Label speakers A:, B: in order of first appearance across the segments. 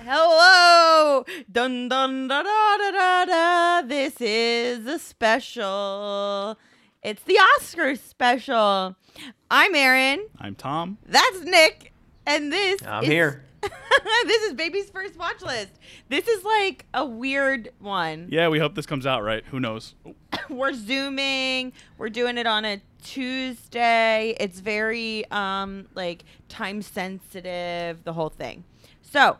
A: Hello, dun dun da da da da da. This is a special. It's the Oscar special. I'm Aaron.
B: I'm Tom.
A: That's Nick, and this.
C: I'm
A: is-
C: here.
A: this is baby's first watch list. This is like a weird one.
B: Yeah, we hope this comes out right. Who knows?
A: We're zooming. We're doing it on a Tuesday. It's very um like time sensitive, the whole thing. So,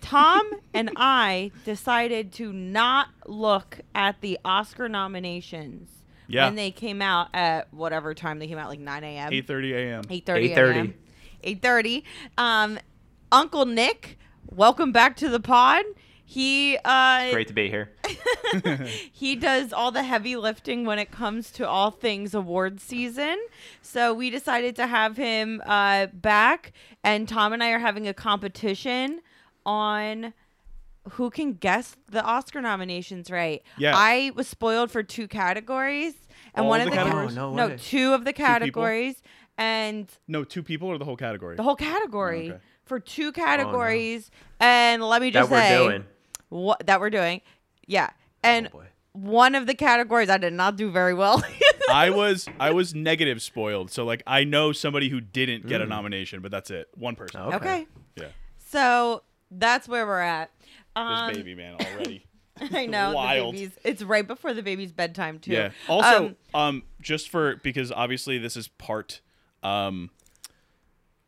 A: Tom and I decided to not look at the Oscar nominations
B: Yeah.
A: when they came out at whatever time they came out, like 9 a.m.
B: 8:30 a.m.
A: 8.30
C: 8:30.
A: 8.30 8.30 um, uncle nick welcome back to the pod he uh
C: Great to be here.
A: he does all the heavy lifting when it comes to all things award season so we decided to have him uh back and tom and i are having a competition on who can guess the oscar nominations right
B: Yeah.
A: i was spoiled for two categories and
B: All
A: one
B: of
A: of
B: the
A: the, ca-
B: categories?
C: No, Oh, no
A: no
C: way.
A: two of the categories and
B: No, two people or the whole category.
A: the whole category
B: okay.
A: for
C: Oh,
A: two categories and let me
C: That
A: just
C: we're
A: say
C: doing.
A: what that we're doing yeah and
C: oh boy.
A: one of the categories i did not do very well
B: I was I was negative spoiled, so like I know somebody who didn't get a nomination, but that's it. One person.
C: Oh.
A: okay.
C: Okay.
B: Yeah.
A: so that's where we're at
B: This
A: um,
B: baby man already.
A: i know the
B: Wild.
A: baby's- it's right before the baby's bedtime too
B: Yeah. Also,
A: Um,
B: um, just for because obviously this is part um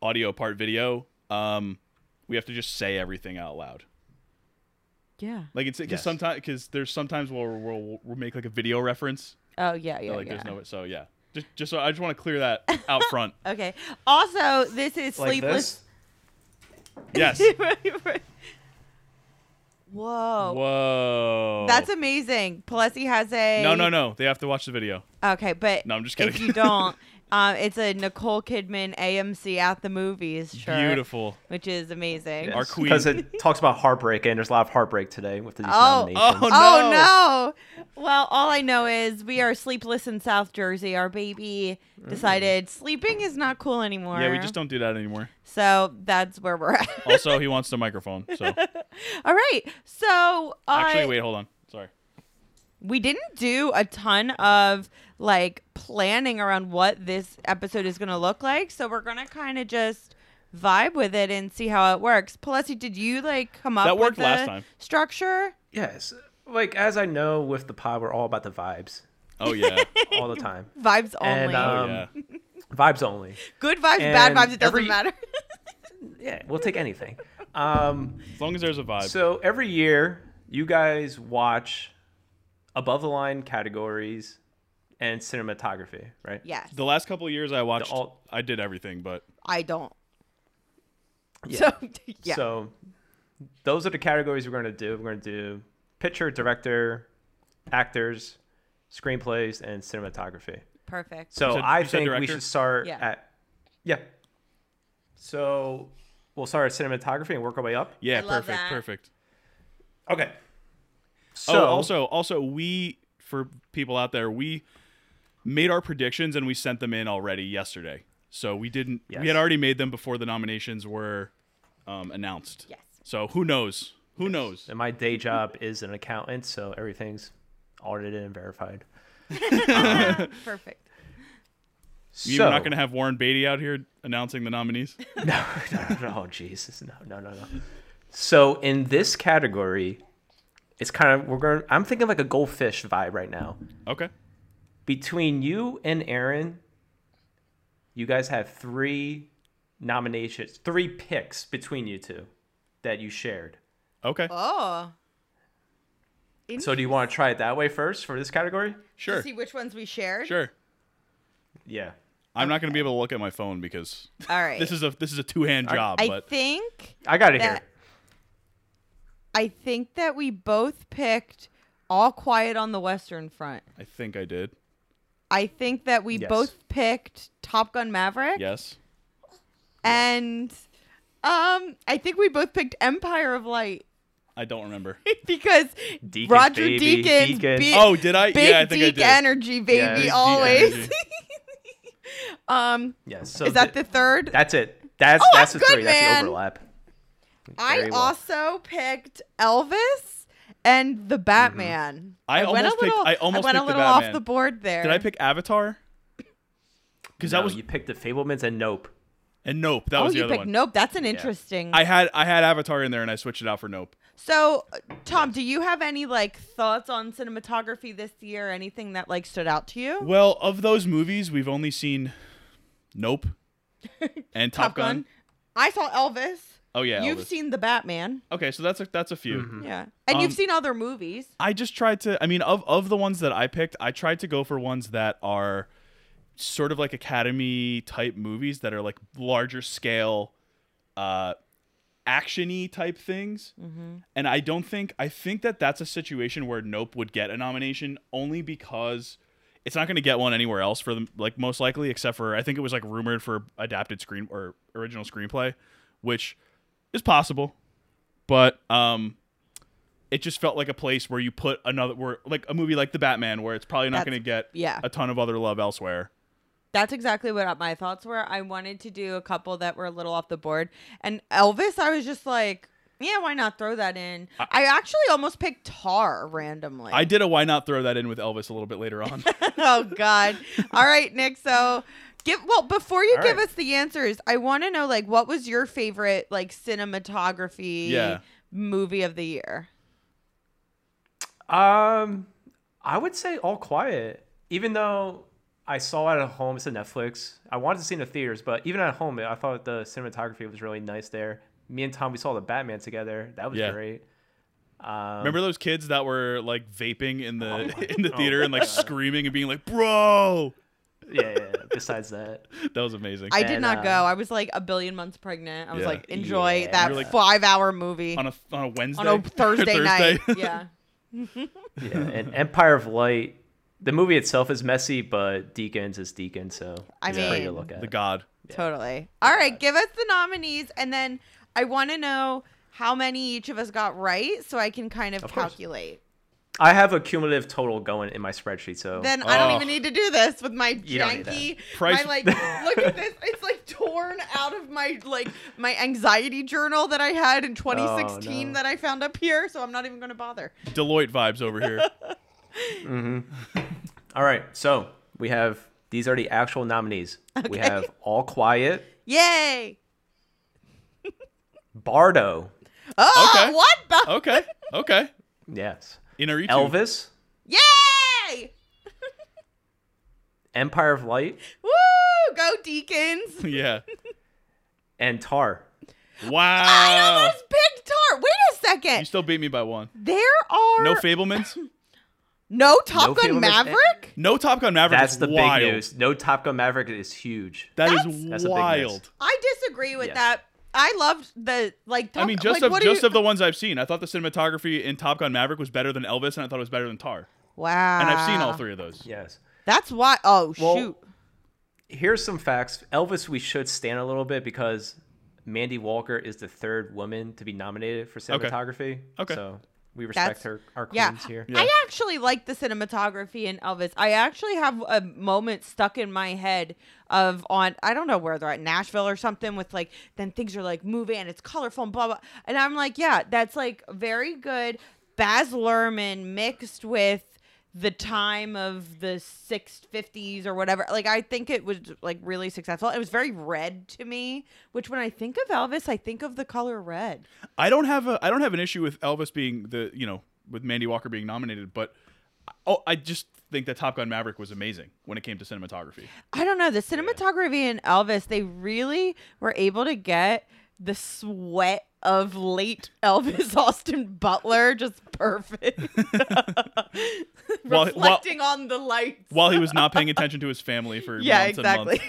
B: audio, part video. Um we have to just say everything out loud.
A: yeah
B: Like it's because
C: Yes.
B: sometimes because there's sometimes where we'll, we'll, we'll make like a video reference.
A: oh yeah yeah,
B: like
A: yeah.
B: there's no so yeah. Just just so I just want to clear that out front.
A: okay also this is
C: Like
A: sleepless
C: this?
B: Yes.
A: whoa
B: Whoa.
A: Oh. that's amazing Pelesi has a
B: No, no, no. They have to watch the video.
A: Okay, but
B: No, I'm just
A: If
B: kidding.
A: you don't, um, it's a Nicole Kidman AMC at the movies shirt,
B: Beautiful.
A: which is amazing.
B: Our queen.
C: Because it talks about heartbreak, and there's a lot of heartbreak today with these
A: Oh.
C: nominations.
B: Oh,
A: Oh no! Well, all I know is we are sleepless in South Jersey. Our baby decided sleeping is not cool anymore.
B: Mm. Yeah, we just don't Oh. do that anymore.
A: So that's where we're at.
B: Also, he wants the microphone. So
A: all right. So uh,
B: actually, wait, hold on. Sorry.
A: we didn't do a ton of like planning around what this episode is going to look like so we're going to kind of just vibe with it and see how it works Pelesi, did you like come up
B: That
A: with
B: worked last
A: the
B: time.
A: structure
C: Yes. Like as I know with the pod, we're all about the vibes
B: Oh yeah.
C: all the time.
A: vibes only
C: And, um,
B: Oh yeah.
C: vibes only.
A: good vibes bad
C: and
A: vibes it doesn't
C: every-
A: matter
C: Yeah, we'll take anything. Um,
B: As long as there's a vibe.
C: so every year, you guys watch above the line categories and cinematography, right?
A: yes
B: the last couple of years, I watched.
C: The alt-
B: I did everything, but
A: i don't
C: Yeah.
A: so yeah
C: So those are the categories we're going to do. We're going to do picture, director, actors, screenplays, and cinematography.
A: perfect
C: So
B: You said-
C: I
B: you said
C: think we
B: director?
C: should start
A: Yeah.
C: at yeah. So we'll start at cinematography and work our way up.
B: yeah,
A: I love
B: perfect,
A: that.
B: perfect.
C: Okay. So
B: oh, also, also, we for people out there, we made our predictions and we sent them in already yesterday. So we didn't. We
C: Yes.
B: had already made them before the nominations were um, announced.
A: Yes.
B: So who knows? Who knows?
C: and my day job is an accountant, so everything's audited and verified.
A: perfect
B: You're
C: so,
B: not going to have Warren Beatty out here announcing the nominees.
C: No, no, no, no, Jesus, no, no, no, no. So in this category, it's kind of we're going. to I'm thinking like a goldfish vibe right now.
B: Okay.
C: Between you and Aaron, you guys have three nominations, three picks between you two that you shared.
B: Okay.
A: oh
C: So do you want to try it that way first for this category?
A: to
B: sure.
A: see which ones we shared
B: Sure.
C: Yeah.
B: I'm not going to be able to look at my phone because
A: all right
B: this is a this is a two hand job.
A: i
B: but
A: think
C: I got it
A: That- I think that we both picked All Quiet on the Western Front.
B: I think I did.
A: I think that we
C: Yes.
A: both picked Top Gun Maverick
B: Yes.
A: and um I think we both picked Empire of Light
B: I don't remember.
A: because
C: Deacon,
A: Roger
C: baby,
A: Deakins
C: Deacon.
A: big,
B: Oh, did I?
A: big
B: yeah, I think
A: Deke
B: I did.
A: energy
C: big
A: baby
C: Deke
A: always.
B: energy.
A: um
C: here. Yes. So
A: is that
C: th-
A: the third?
C: That's it. That's
A: Oh,
C: that's
A: I'm
C: the three.
A: Oh, good,
C: That's
A: man.
C: the overlap.
A: I
C: Very well.
A: also picked Elvis and the Batman.
B: Mm-hmm. I
A: went
B: almost
A: a
B: picked-
A: little,
B: I almost
A: went a
B: picked the
A: little
B: Batman.
A: off the board there.
B: Did I pick Avatar? Because
C: No,
B: that was
C: you picked the Fablemans and Nope.
B: and Nope. That
A: Oh,
B: was the
A: you
B: other
A: picked
B: one.
A: Nope. That's an interesting.
B: I had I had Avatar in there and I switched it out for Nope.
A: so, uh, Tom, do you have any like thoughts on cinematography this year? Anything that like stood out to you?
B: Well, of those movies, we've only seen Nope and Top, Gun.
A: I saw Elvis.
B: Oh yeah,
A: You've
B: Elvis.
A: seen the Batman.
B: Okay, so that's a that's a few.
A: Yeah, and
B: Um,
A: you've seen other movies.
B: I just tried to. I mean, of of the ones that I picked, I tried to go for ones that are sort of like Academy type movies that are like larger scale, uh, actiony type things.
A: Mm-hmm.
B: And I don't think I think that that's a situation where Nope would get a nomination only because it's not going to get one anywhere else for them. Like most likely, except for I think it was like rumored for adapted screen or original screenplay, which is possible, but um it just felt like a place where you put another where like a movie like the batman where it's probably not
A: That's-
B: going to get
A: yeah.
B: a ton of other love elsewhere
A: That's exactly what uh, my thoughts were. I wanted to do a couple that were a little off the board. And Elvis, I was just like, yeah, why not throw that in? I, actually almost picked Tar randomly.
B: i did a why not throw that in with elvis a little bit later on
A: oh God. All right, Nick. So give well before you
C: All
A: give
C: right.
A: us the answers, I want to know like what was your favorite like cinematography
B: Yeah.
A: movie of the year?
C: Um, I would say All Quiet. Even though I saw it at home, it's on Netflix. I wanted to see it in the theaters, but even at home, I thought the cinematography was really nice there. Me and Tom, we saw the Batman together. That was
B: Yeah.
C: great. Um,
B: remember those kids that were like vaping in the
A: Oh
B: in the theater and like screaming and being like bro
C: yeah, yeah. yeah. Besides that,
B: that was amazing
A: I did
C: And,
A: not
C: uh,
A: go. I was like a billion months pregnant. I was
B: Yeah.
A: like, enjoy
C: Yeah.
A: that
B: You're like-
A: five hour movie
B: on a on a wednesday
A: on a Thursday, night. Yeah.
C: yeah. And Empire of Light. The movie itself is messy, but Deacons is Deacon, so
A: I
C: it's pretty to
A: mean,
C: look at.
B: the god
A: Totally. All right, give us the nominees, and then I want to know how many each of us got right, so I can kind of,
C: Of course.
A: calculate.
C: I have a cumulative total going in my spreadsheet, so
A: Then I don't
B: Oh.
A: even need to do this with my
C: You don't need
A: janky,
B: Price-
A: my like. look at this; it's like torn out of my like my anxiety journal that I had in 2016
C: no.
A: that I found up here. So I'm not even going to bother.
B: deloitte vibes over here
C: all right. So we have these are the actual nominees. We have All Quiet,
A: Yay!
C: Bardo,
A: Oh,
B: Okay.
A: what? the-
B: okay okay
C: yes,
B: Inaritu.
C: Elvis,
A: Yay!
C: Empire of Light,
A: Woo! Go Deacons!
B: yeah
C: and Tar.
B: wow
A: I almost picked Tar. Wait a second.
B: you still beat me by one
A: There are
B: no
A: no,
B: fablemans
A: Top
C: No
A: Gun
C: Fablemans-
A: Maverick.
B: no top gun maverick
C: That's
B: is
C: the
B: wild.
C: big news. No Top Gun Maverick is huge.
B: That
A: That's-
B: is
C: That's a big miss.
B: wild
A: I disagree with
C: Yes.
A: that. I loved the like. Top,
B: I mean, just
A: like,
B: of
A: what do
B: just
A: you,
B: of the ones I've seen, I thought the cinematography in Top Gun Maverick was better than Elvis, and I thought it was better than Tar.
A: wow.
B: And I've seen
A: Ah.
B: all three of those.
C: Yes.
A: That's why. Oh
C: Well,
A: shoot.
C: Here's some facts. Elvis, we should stand a little bit because Mandy Walker is the third woman to be nominated for
B: Okay.
C: cinematography.
B: Okay.
C: So we
A: That's-
C: respect her, our
A: Yeah.
C: queens here.
A: I actually like the cinematography in Elvis. I actually have a moment stuck in my head of on I don't know where they're at Nashville or something with like then things are like moving and it's colorful and blah blah and I'm like yeah that's like very good Baz Luhrmann mixed with the time of the 650s or whatever like i think it was like really successful it was very red to me which when i think of elvis i think of the color red
B: I don't have a I don't have an issue with Elvis being the you know with Mandy Walker being nominated, but oh, I just think that Top Gun Maverick was amazing when it came to cinematography.
A: I don't know. The cinematography in Elvis, they really were able to get the sweat of late Elvis Austin Butler just perfect.
B: While-
A: Reflecting on the lights.
B: While he was not paying attention to his family for
A: yeah,
B: months
A: exactly.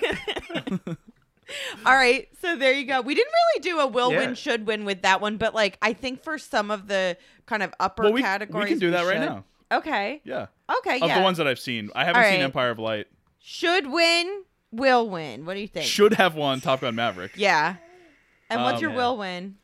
B: and months.
A: All right, so there you go. We didn't really do a will
C: Yeah.
A: win, should win with that one, but like I think for some of the kind of upper
B: Well, we- we can
A: categories,
B: do that right
A: should.
B: now.
A: Okay,
B: Yeah.
A: okay,
B: Of
A: yeah.
B: the ones that I've seen, I haven't seen
A: right.
B: Empire of Light.
A: should win, will win. What do you think?
B: Should have won Top Gun Maverick.
A: Yeah. And what's
B: Um,
A: your
C: yeah.
A: will win?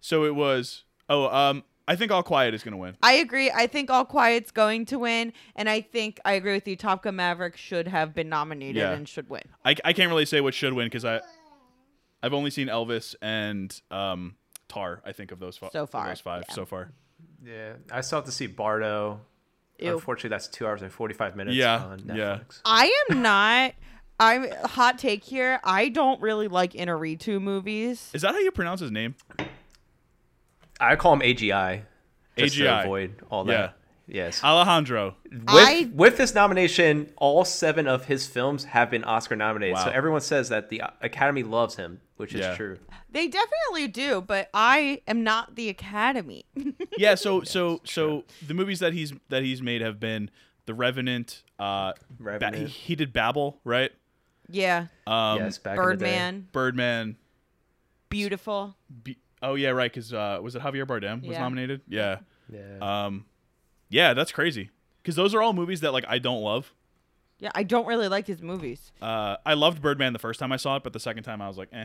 B: So it was. Oh, um, I think All Quiet is gonna win.
A: I agree. I think All Quiet's going to win, and I think I agree with you. Top Gun Maverick should have been nominated
B: Yeah.
A: and should win.
B: I, I can't really say what should win because I I've only seen Elvis and um Tar. I think of those fi-
A: So
B: of
A: far,
B: those five
A: yeah.
B: so far.
C: Yeah, I still have to see Bardo.
A: Ew.
C: Unfortunately, that's two hours and forty-five minutes
B: Yeah,
C: on
B: yeah.
C: Netflix.
A: I am not. I'm hot take here. I don't really like Inarritu movies.
B: Is that how you pronounce his name?
C: I call him AGI. Just
B: AGI.
C: To avoid all
B: Yeah.
C: that. Yes.
B: Alejandro.
C: With,
A: I-
C: with this nomination, all seven of his films have been Oscar nominated. So
B: Wow.
C: everyone says that the uh, Academy loves him, which is
B: Yeah.
C: true.
A: They definitely do, but I am not the Academy.
B: Yeah. So so so the movies that he's that he's made have been The Revenant. Uh, Ba- he,
C: Revenant.
B: he did Babel, right?
A: yeah.
B: Um,
C: yes, back in the day.
A: Birdman.
B: Birdman.
A: Beautiful.
B: Be- oh yeah, right. Because uh, was it Javier Bardem was
A: Yeah.
B: nominated? Yeah.
C: Yeah.
B: Um, yeah, that's crazy. Because those are all movies that like I don't love.
A: Yeah, I don't really like his movies.
B: Uh, I loved Birdman the first time I saw it, but the second time I was like, eh.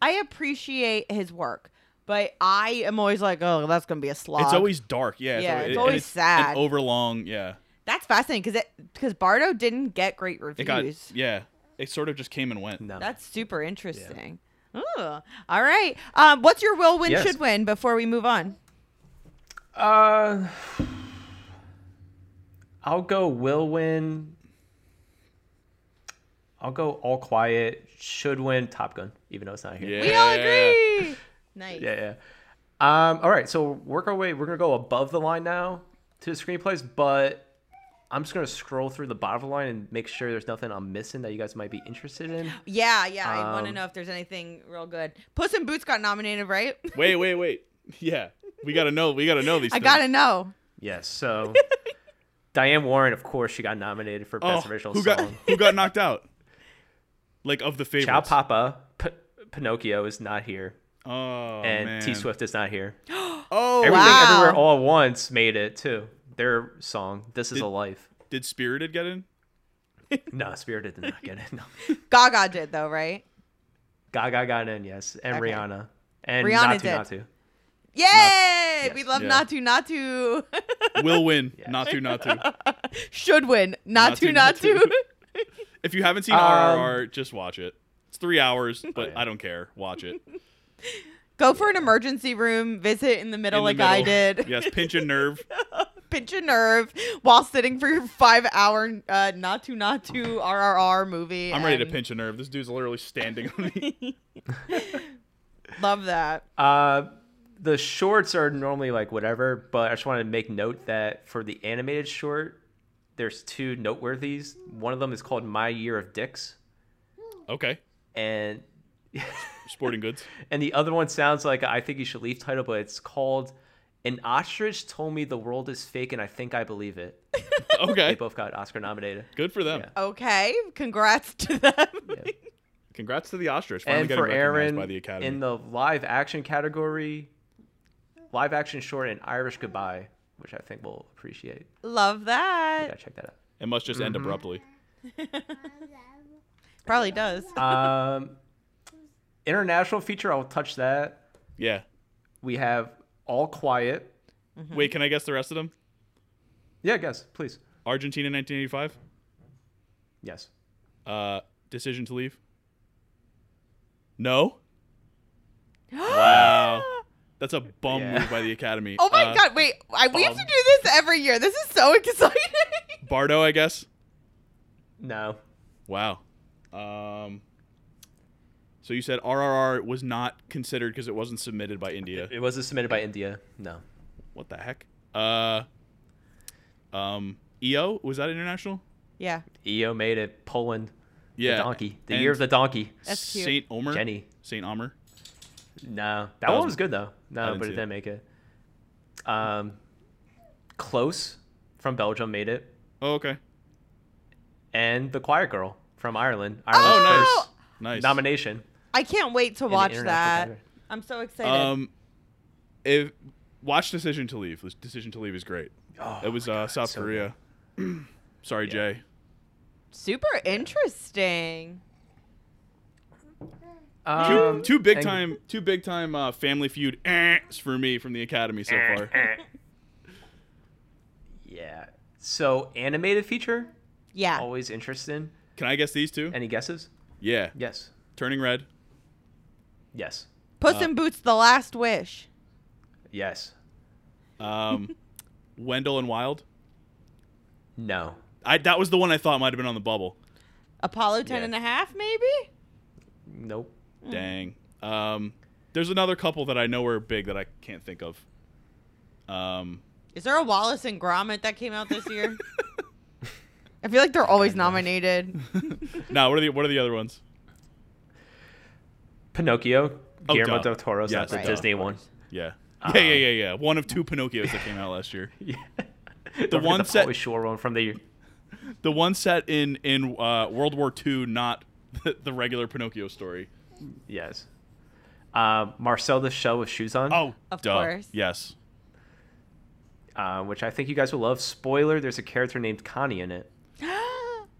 A: I appreciate his work, but I am always like, oh, that's gonna be a slog.
B: It's always dark. Yeah.
A: Yeah, it's
B: and
A: always sad.
B: And overlong. Yeah.
A: that's fascinating because it because Bardo didn't get great
B: It
A: reviews.
B: got. Yeah. It sort of just came and went.
C: no.
A: That's super interesting. Ooh. All right. Um, what's your will win
C: Yes.
A: should win before we move on?
C: Uh, I'll go will win. I'll go all quiet. Should win Top Gun, even though it's not here.
B: Yeah.
A: We all agree. Nice.
C: Yeah, yeah. Um, all right, so work our way. We're gonna go above the line now to the screenplays, but I'm just gonna scroll through the bottom of the line and make sure there's nothing I'm missing that you guys might be interested in.
A: Yeah, yeah. I want to
C: Um,
A: know if there's anything real good. Puss in Boots got nominated, right?
B: Wait, wait, wait. Yeah. We gotta know. We gotta know these.
A: I
B: things.
A: gotta know.
C: Yes. So Diane Warren, of course, she got nominated for
B: Oh,
C: best original
B: who
C: song.
B: got who got knocked out? Like of the favorites.
C: Chow Papa, P- Pinocchio is not here,
B: Oh
C: and
B: man.
C: T Swift is not here.
B: Oh,
C: Everything
A: Wow.
C: Everywhere All at Once made it too. Their song, This Is a Life.
B: did Spirited get in?
C: No, Spirited did not get it. No.
A: Gaga did though, right?
C: Gaga got in, yes. And
A: Okay.
C: Rihanna. And
A: Rihanna
C: Natu
A: did.
C: Natu.
A: Yay! We love
B: Yeah.
A: Natu Natu.
B: Will win. Not to, not to.
A: Should win. Natu
B: Natu
A: Natu.
B: Natu. If you haven't seen
C: Um,
B: RRR, just watch it. It's three hours, but
C: yeah.
B: I don't care. Watch it.
A: Go for an emergency room visit in the middle
B: In
A: like
B: the
A: I
B: middle.
A: did.
B: Yes, pinch a nerve.
A: Pinch a nerve while sitting for your five hour uh, Natu Natu RRR movie.
B: I'm ready to
A: and
B: pinch a nerve. This dude's literally standing on me.
A: Love that.
C: Uh, the shorts are normally like whatever, but I just wanted to make note that for the animated short, there's two noteworthies. One of them is called My Year of Dicks,
B: Okay.
C: and
B: Sporting goods.
C: and the other one sounds like a I think you should leave title, but it's called An Ostrich Told Me the World Is Fake and I Think I Believe It. They
B: Okay.
C: both got Oscar nominated.
B: Good for them.
C: Yeah.
A: Okay. Congrats to them.
B: Congrats to the ostrich. Finally
C: And
B: getting
C: for
B: recognized
C: Aaron
B: by the Academy.
C: in the live action category, live action short and Irish Goodbye, which I think we'll appreciate.
A: Love
C: You
A: that.
C: gotta check that out.
B: it must just
C: Mm-hmm.
B: end abruptly.
A: Probably does.
C: Um, international feature, I'll touch that.
B: Yeah.
C: We have All Quiet.
A: Mm-hmm.
B: Wait, can I guess the rest of them?
C: Yeah, guess, please.
B: Argentina 1985.
C: Yes.
B: Uh, decision to leave. No. Wow. That's a bum
C: Yeah.
B: move by the Academy.
A: Oh my
B: Oh. Uh, um,
A: god, wait. I, we have to
B: Bob.
A: do this every year. This is so exciting.
B: Bardo, I guess.
C: No.
B: Wow. Um. So you said RRR was not considered because it wasn't submitted by India.
C: It wasn't submitted by India. No.
B: What the heck? Uh. Um. EO was that international?
A: yeah.
C: EO E made it. Poland.
B: Yeah.
C: The donkey. The
B: and
C: year of the donkey.
A: That's cute.
B: Saint Omer.
C: Jenny.
B: Saint Omer.
C: No. That,
B: That
C: one
B: was-
C: was good, though.
B: I
C: No,
B: didn't
C: but it
B: see it.
C: didn't make it. Um, Close from Belgium made it.
B: Oh, okay.
C: And The Quiet Girl from Ireland.
A: Oh,
C: Ireland's
B: nice.
A: Oh!
B: Nice.
C: first nomination.
A: I can't wait to
C: the
A: watch
C: international
A: that.
C: category.
A: I'm so excited.
B: Um. If watch Decision to Leave. Decision to Leave is great.
C: Oh,
B: It was
C: my
B: uh,
C: God,
B: South
C: so good.
B: Korea. Sorry, Jay.
A: Super interesting.
B: Two,
C: Um,
B: two big
C: and-
B: time, two big time uh, Family Feud ehs for me from the Academy so far.
C: Yeah. So animated feature,
A: Yeah.
C: always interesting.
B: Can I guess these two?
C: Any guesses?
B: Yeah.
C: Yes.
B: Turning Red.
C: Yes.
A: Puss
B: Uh,
A: in Boots: The Last Wish.
C: Yes.
B: Um, Wendell and Wild.
C: No.
B: I that was the one I thought might have been on the bubble.
A: Apollo ten
C: Yeah.
A: and a half, maybe.
C: Nope.
B: Dang. Um, there's another couple that I know are big that I can't think of. Um,
A: Is there a Wallace and Gromit that came out this year? I feel like they're always nominated.
B: now what are the what are the other ones?
C: Pinocchio.
B: Oh,
C: Guillermo
B: duh.
C: del Toro's
B: Yeah,
C: not the
A: right.
C: Disney one.
B: Yeah. Yeah, yeah, yeah, yeah. One of two Pinocchios that came out last year.
C: Yeah.
B: The one
C: the
B: set-
C: Pauly Shore one from the
B: The one set in in uh, World War II, not the, the regular Pinocchio story.
C: yes. Uh, Marcel the Shell with shoes on.
B: Oh,
A: Of
B: duh.
A: course.
B: Yes.
C: uh, which I think you guys will love. Spoiler: There's a character named Connie in it.
A: Connie.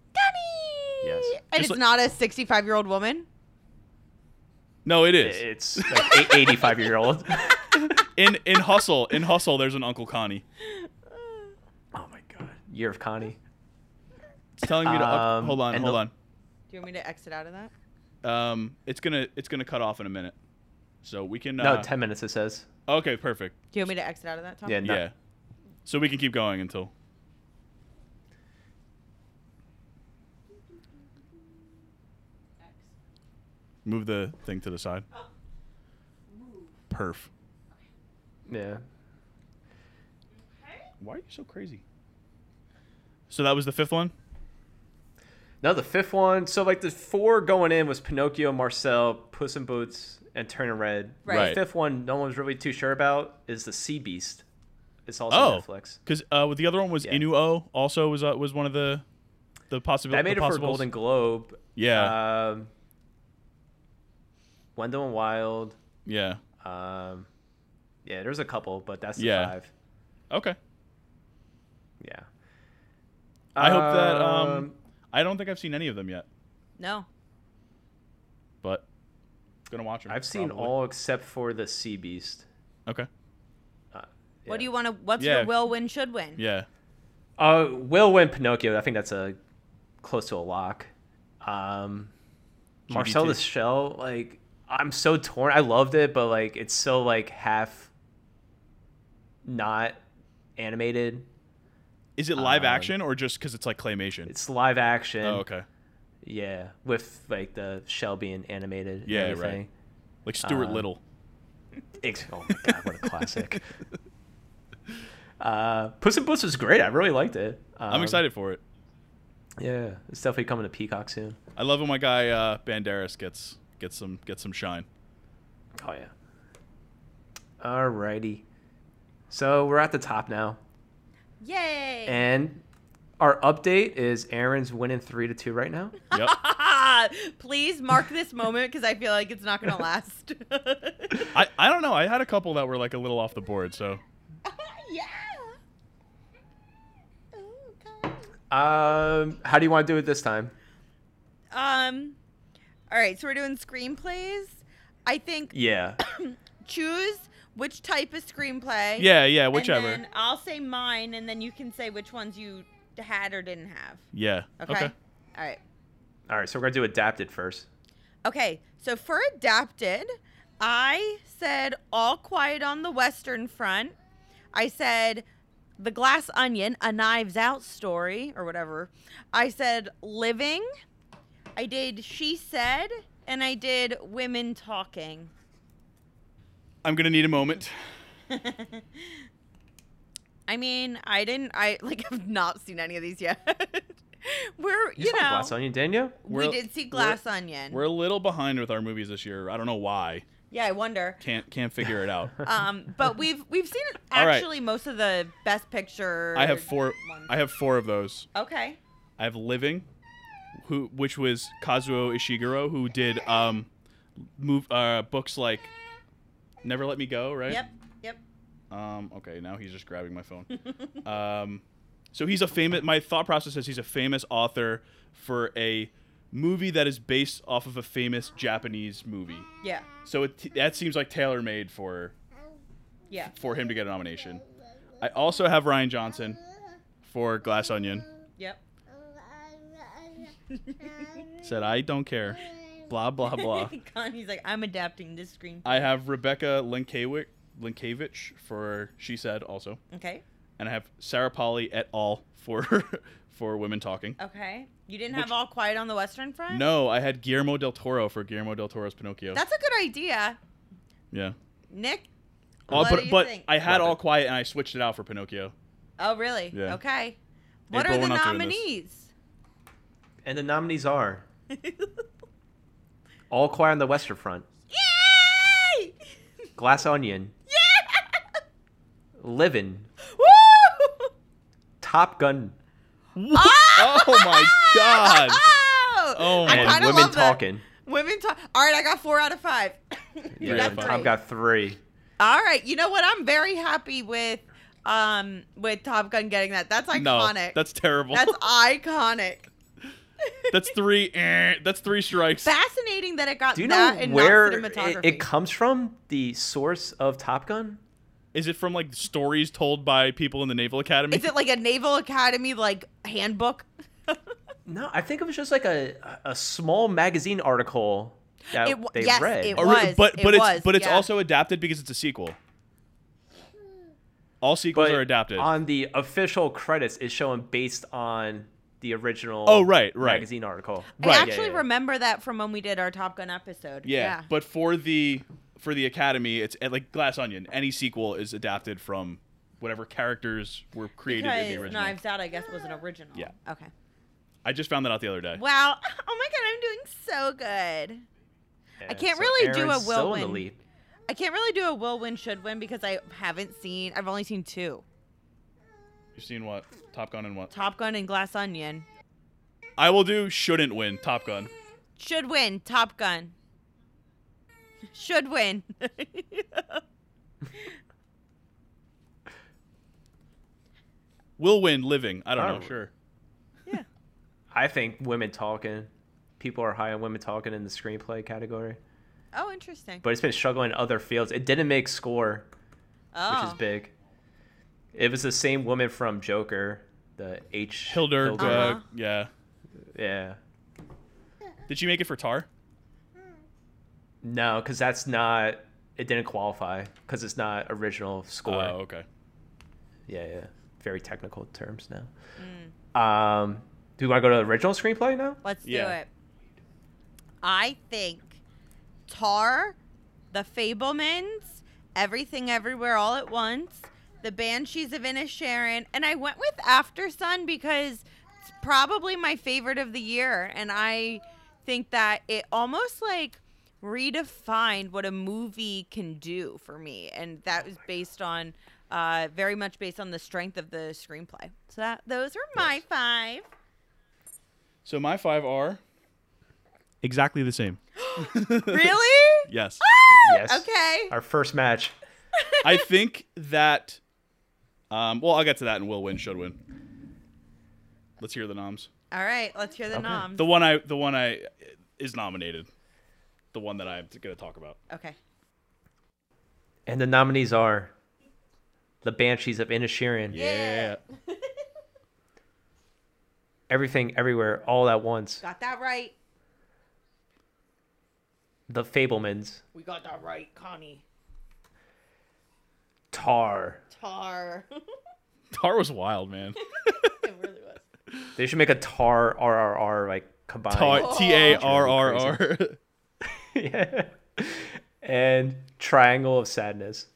C: Yes.
A: And
B: Just
A: it's
B: like-
A: not a sixty-five-year-old woman.
B: No, it is.
C: It's like eight- 85 year old.
B: in in Hustle, in Hustle, there's an Uncle Connie.
C: Oh my god. Year of Connie.
B: It's telling me to up,
C: Um,
B: hold on,
C: and
B: hold
C: the-
A: Do you want me to exit out of that?
B: on. Um, it's gonna it's gonna cut off in a minute, so we can. Uh,
C: No, 10 minutes it says.
B: Okay, perfect.
A: Do you want me to exit out of that, Tom?
C: Yeah, no.
B: Yeah, so we can keep going until. Move the thing to the side. Perf.
C: Yeah.
B: Why are you so crazy? So that was the fifth one.
C: No, the fifth one. So like the four going in was Pinocchio, Marcel, Puss in Boots, and Turning Red.
A: Right.
B: Right.
C: The fifth one, no one's really too sure about, is the Sea Beast. It's also
B: Oh.
C: Netflix.
B: Because uh, the other one was
C: Yeah.
B: Inuo. Also, was uh, was one of the the possibilities.
C: That made it for a Golden Globe.
B: Yeah,
C: Um, Wendell and Wild.
B: yeah.
C: Um, yeah, there's a couple, but that's the
B: Yeah.
C: five.
B: Okay.
C: Yeah.
B: I hope that. Um, I don't think I've seen any of them yet,
A: No.
B: but gonna watch them.
C: I've seen
B: probably.
C: all except for the Sea Beast.
B: Okay.
C: Uh,
A: What
C: yeah.
A: do you want to? What's
B: Yeah.
A: your will win should win?
B: Yeah.
C: Uh, will win Pinocchio. I think that's a close to a lock. Um, Marcel the
B: GBT.
C: Shell, like I'm so torn. I loved it, but like it's so like half not animated.
B: Is it live
C: Um,
B: action or just because it's like claymation?
C: It's live action.
B: oh, okay.
C: Yeah, with like the shell being animated. and
B: Yeah, right.
C: everything.
B: Like Stuart
C: uh,
B: Little.
C: Ex- oh my god, what a classic. Uh, Puss in Boots was great. I really liked it.
B: I'm
C: Um,
B: excited for it.
C: Yeah, it's definitely coming to Peacock soon.
B: I love when my guy uh, Banderas gets gets some gets some shine.
C: Oh yeah. Alrighty. So we're at the top now,
A: Yay!
C: and our update is Aaron's winning three to two right now.
B: Yep.
A: Please mark this moment because I feel like it's not gonna last.
B: I, I don't know. I had a couple that were like a little off the board, so
A: yeah.
C: Um, how do you want to do it this time?
A: Um. All right, so we're doing screenplays. I think
C: Yeah.
A: choose which type of screenplay.
B: yeah, yeah, whichever.
A: And then I'll say mine, and then you can say which ones you had or didn't have.
B: yeah.
A: Okay. All right.
C: All right, so we're gonna do adapted first.
A: Okay, so for adapted, I said All Quiet on the Western Front. I said The Glass Onion, a Knives Out story, or whatever. I said Living. I did She Said, and I did Women Talking.
B: I'm gonna need a moment.
A: I mean, I didn't, I like have not seen any of these yet. We're, you,
C: You, saw
A: know,
C: Glass Onion, didn't you?
A: we
B: We're-
A: did see
B: we're-
A: Glass Onion.
B: We're a little behind with our movies this year. I don't know why.
A: yeah, I wonder.
B: Can't can't figure it out.
A: Um, but we've we've seen
B: All right.
A: actually most of the best picture.
B: I have four.
A: ones.
B: I have four of those.
A: Okay.
B: I have Living, who which was Kazuo Ishiguro, who did um, move uh, books like Never Let Me Go, right?
A: Yep. Yep.
B: Um, okay, now he's just grabbing my phone. um, so he's a famous. My thought process is he's a famous author for a movie that is based off of a famous Japanese movie.
A: Yeah.
B: So it, that seems like tailor made for
A: Yeah.
B: for him to get a nomination. I also have Ryan Johnson for Glass Onion.
A: Yep.
B: Said I don't care. blah blah blah.
A: Connie's like, I'm adapting this screen.
B: I have Rebecca Linkiewicz, Linkiewicz for she said also,
A: Okay.
B: and I have Sarah Polly et al for for women talking.
A: Okay. You didn't
B: Which-
A: have All Quiet on the Western Front?
B: No, I had Guillermo del Toro for Guillermo del Toro's Pinocchio.
A: That's a good idea.
B: yeah.
A: Nick?
B: Oh,
A: what
B: but
A: do you
B: but
A: think?
B: I had
C: Love
B: All
C: it.
B: Quiet and I switched it out for Pinocchio.
A: oh, really?
B: Yeah.
A: Okay. What
B: April,
A: are the
B: we're not doing this.
A: nominees?
C: And the nominees are All Quiet on the Western Front,
A: Yay!
C: Glass Onion,
A: Yeah!
C: Livin',
A: Woo!
C: Top Gun,
B: Oh my god. Oh,
A: I
B: man.
A: kinda
C: and Women
A: love that.
C: Talking.
A: Women talk. All right, I got four out of five. You
B: Yeah,
A: got
B: fine.
A: three.
C: I've got three.
A: All right, you know what? I'm very happy with um with Top Gun getting that. That's
B: No,
A: iconic.
B: that's terrible.
A: That's iconic.
B: That's three. eh, that's three strikes.
A: Fascinating that it got
C: Do you
A: that
C: know
A: and
C: where
A: not
C: it,
A: cinematography.
C: it comes from? The source of Top Gun?
B: Is it from like stories told by people in the Naval Academy?
A: Is it like a Naval Academy like handbook?
C: No, I think it was just like a a small magazine article that
A: It w-
C: they
A: yes,
C: read.
A: it
B: Or-
A: was,
B: but
A: it
B: but it's
A: was,
B: but it's
A: yeah.
B: also adapted because it's a sequel. All sequels
C: but
B: are adapted.
C: on the official credits. It's showing based on the original.
B: Oh, right, right.
C: Magazine article.
A: I
B: Right.
A: actually remember that from when we did our Top Gun episode.
B: yeah, but for the for the Academy, it's eh, like Glass Onion. Any sequel is adapted from whatever characters were created in the
A: because
B: original.
A: Knives Out, I guess, was an original.
B: Yeah.
A: Okay.
B: I just found that out the other day.
A: Wow. Oh my god, I'm doing so good.
C: Yeah,
A: I can't
C: so
A: really do
C: Aaron's
A: a
C: still in the
A: Will win.
C: lead.
A: I can't really do a will win should win because I haven't seen. I've only seen two:
B: You've seen what Top Gun and what?
A: Top Gun and Glass Onion.
B: I will do. Shouldn't win Top Gun.
A: Should win Top Gun. Should win.
B: Will win living. I don't
C: Oh.
B: know. Sure.
A: yeah.
C: I think women talking. People are high on women talking in the screenplay category,
A: Oh, interesting.
C: but it's been struggling in other fields. It didn't make score,
A: oh.
C: which is big. It was the same woman from Joker, the H.
B: Hilder.
C: Hilder.
A: Uh-huh.
B: Yeah.
C: Yeah.
B: Did you make it for Tar?
C: No, because that's not. It didn't qualify because it's not original
B: Oh,
C: score.
B: okay.
C: Yeah, yeah. Very technical terms now.
A: Mm.
C: Um, do we want to go to original screenplay now?
A: Let's do
B: Yeah.
A: it. I think Tar, The Fablemans, Everything Everywhere All at Once, The Banshees of Inisharan, and I went with After Sun because it's probably my favorite of the year, and I think that it almost like redefined what a movie can do for me, and that was based on. Uh, very much based on the strength of the screenplay. So that those are my five.
B: So my five are exactly the same.
A: Really?
B: Yes.
C: Yes.
A: Oh, Okay.
C: Our first match.
B: I think that. Um, well, I'll get to that, and will win, should win. Let's hear the noms.
A: All right. Let's hear the noms.
B: The one I, the one I is nominated. The one that I'm going to talk about.
A: okay.
C: And the nominees are The Banshees of Inisherin,
A: Yeah.
C: Everything Everywhere All at Once,
A: Got that right.
C: The Fablemans,
A: We got that right, Connie.
C: Tar.
A: Tar.
B: Tar was wild, man.
A: it really was.
C: They should make a Tar RRR like combined.
B: Tar,
A: Oh,
B: T A R R R.
C: yeah. And Triangle of Sadness.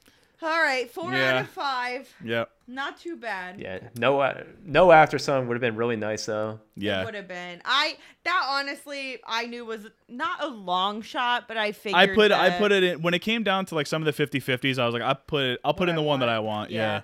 A: All right. Four
B: Yeah.
A: out of five.
B: Yeah.
A: Not too bad.
C: Yeah. No uh, no after sun would have been really nice though.
A: It would
B: Yeah.
A: have been. I that honestly I knew was not a long shot, but I figured
B: I put I
A: that-
B: put it in when it came down to like some of the 50 50s. I was like, I put it. I'll put in
A: I
B: the one that
A: want.
B: I want. Yeah.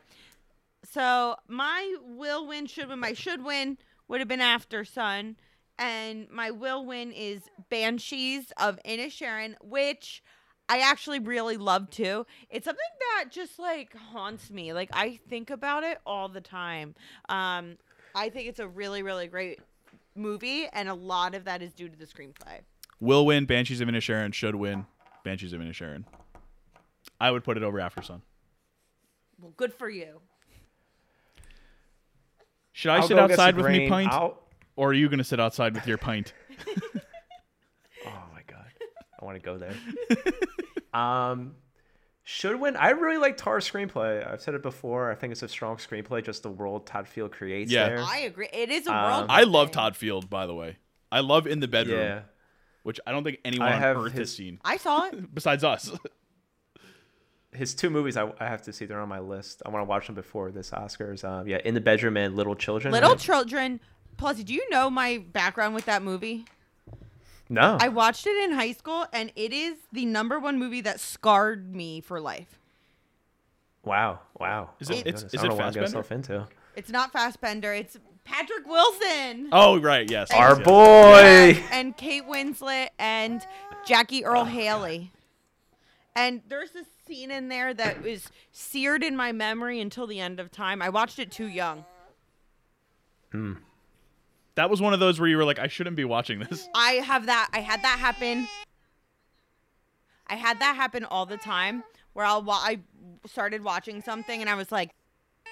A: So my will win should win. My should win would have been after sun, and my will win is Banshees of Inisherin, which I actually really love too. It's something that just like haunts me. Like I think about it all the time. Um, I think it's a really really great movie, and a lot of that is due to the screenplay.
B: Will win. Banshees of Inisherin should win. Banshees of Inisherin. I would put it over After Sun.
A: Well, good for you.
B: Should I
C: I'll
B: sit
C: go against the
B: outside with me
C: grain.
B: pint,
C: I'll-
B: or are you gonna sit outside with your pint?
C: Oh my god. I want to go there. um, should win. I really like Tar's screenplay. I've said it before. I think it's a strong screenplay. Just the world Todd Field creates.
B: Yeah.
C: there.
A: I agree. It is a
C: Um,
A: world.
B: I love
A: building.
B: Todd Field, by the way. I love In the Bedroom,
C: yeah.
B: which I don't think anyone
C: I
B: on
C: have
B: earth has
C: his-
B: seen
A: I saw it.
B: besides us.
C: His two movies I, I have to see. They're on my list. I want to watch them before this Oscars. Um, yeah, In the Bedroom and Little Children.
A: Little Children. Plus, do you know my background with that movie?
C: no.
A: I watched it in high school, and it is the number one movie that scarred me for life.
C: wow. Wow. Oh
B: Is it-
C: my
B: it's-
C: goodness.
B: is
C: I don't
B: it
C: know what I got
B: Fassbender?
C: myself into.
A: It's not Fastbender. It's Patrick Wilson.
B: oh, right, yes.
A: Our
B: yes, yes.
C: boy.
A: and Kate Winslet and Jackie Earl Haley. And there's this scene in there that was seared in my memory until the end of time. I watched it too young.
B: That was one of those where you were like, I shouldn't be watching this.
A: I have that. I had that happen. I had that happen all the time where I'll, wa- I started watching something and I was like,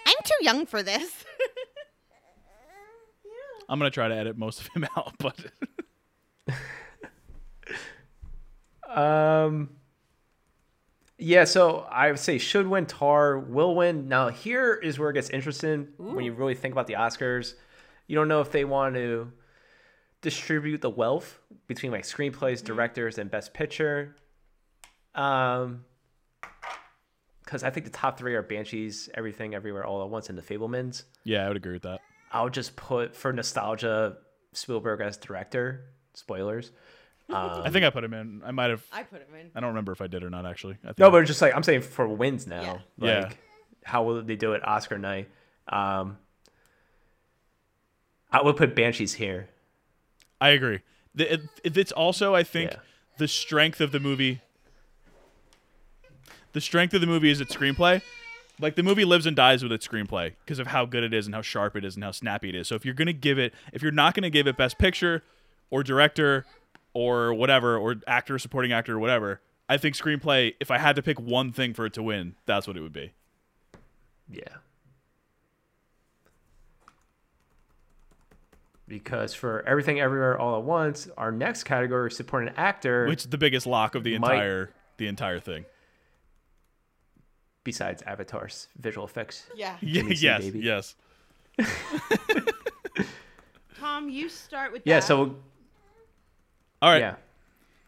A: I'm too young for this.
B: I'm gonna try to edit most of him out, but
C: Um. Yeah, so I would say should win Tar, will win. Now here is where it gets interesting when you really think about the Oscars. You don't know if they want to distribute the wealth between like screenplays, directors, and Best Picture. Um, because I think the top three are Banshees, Everything, Everywhere, All at Once, and The Fablemans.
B: yeah, I would agree with that.
C: I'll just put for nostalgia Spielberg as director. Spoilers.
B: I think I put him in. I might have.
A: I put him in.
B: I don't remember if I did or not actually. I think
C: No, but it's just like I'm saying for wins now.
B: Yeah.
C: Like how will they do it Oscar night? Um I would put Banshees here.
B: I agree. The, it, it- it's also I think
C: Yeah.
B: the strength of the movie. The strength of the movie is its screenplay. Like the movie lives and dies with its screenplay because of how good it is and how sharp it is and how snappy it is. So if you're gonna give it, if you're not gonna give it best picture, or director, or whatever, or actor, supporting actor, or whatever, I think screenplay. If I had to pick one thing for it to win, that's what it would be.
C: Yeah. Because for everything everywhere all at once, our next category supporting actor
B: Which is the biggest lock of the
C: Might-
B: entire the entire thing.
C: besides Avatar's visual effects.
A: Yeah.
B: Y-
C: me see,
B: yes,
C: baby.
B: yes.
A: Tom, you start with
C: Yeah,
A: that.
C: so
B: All right.
C: yeah.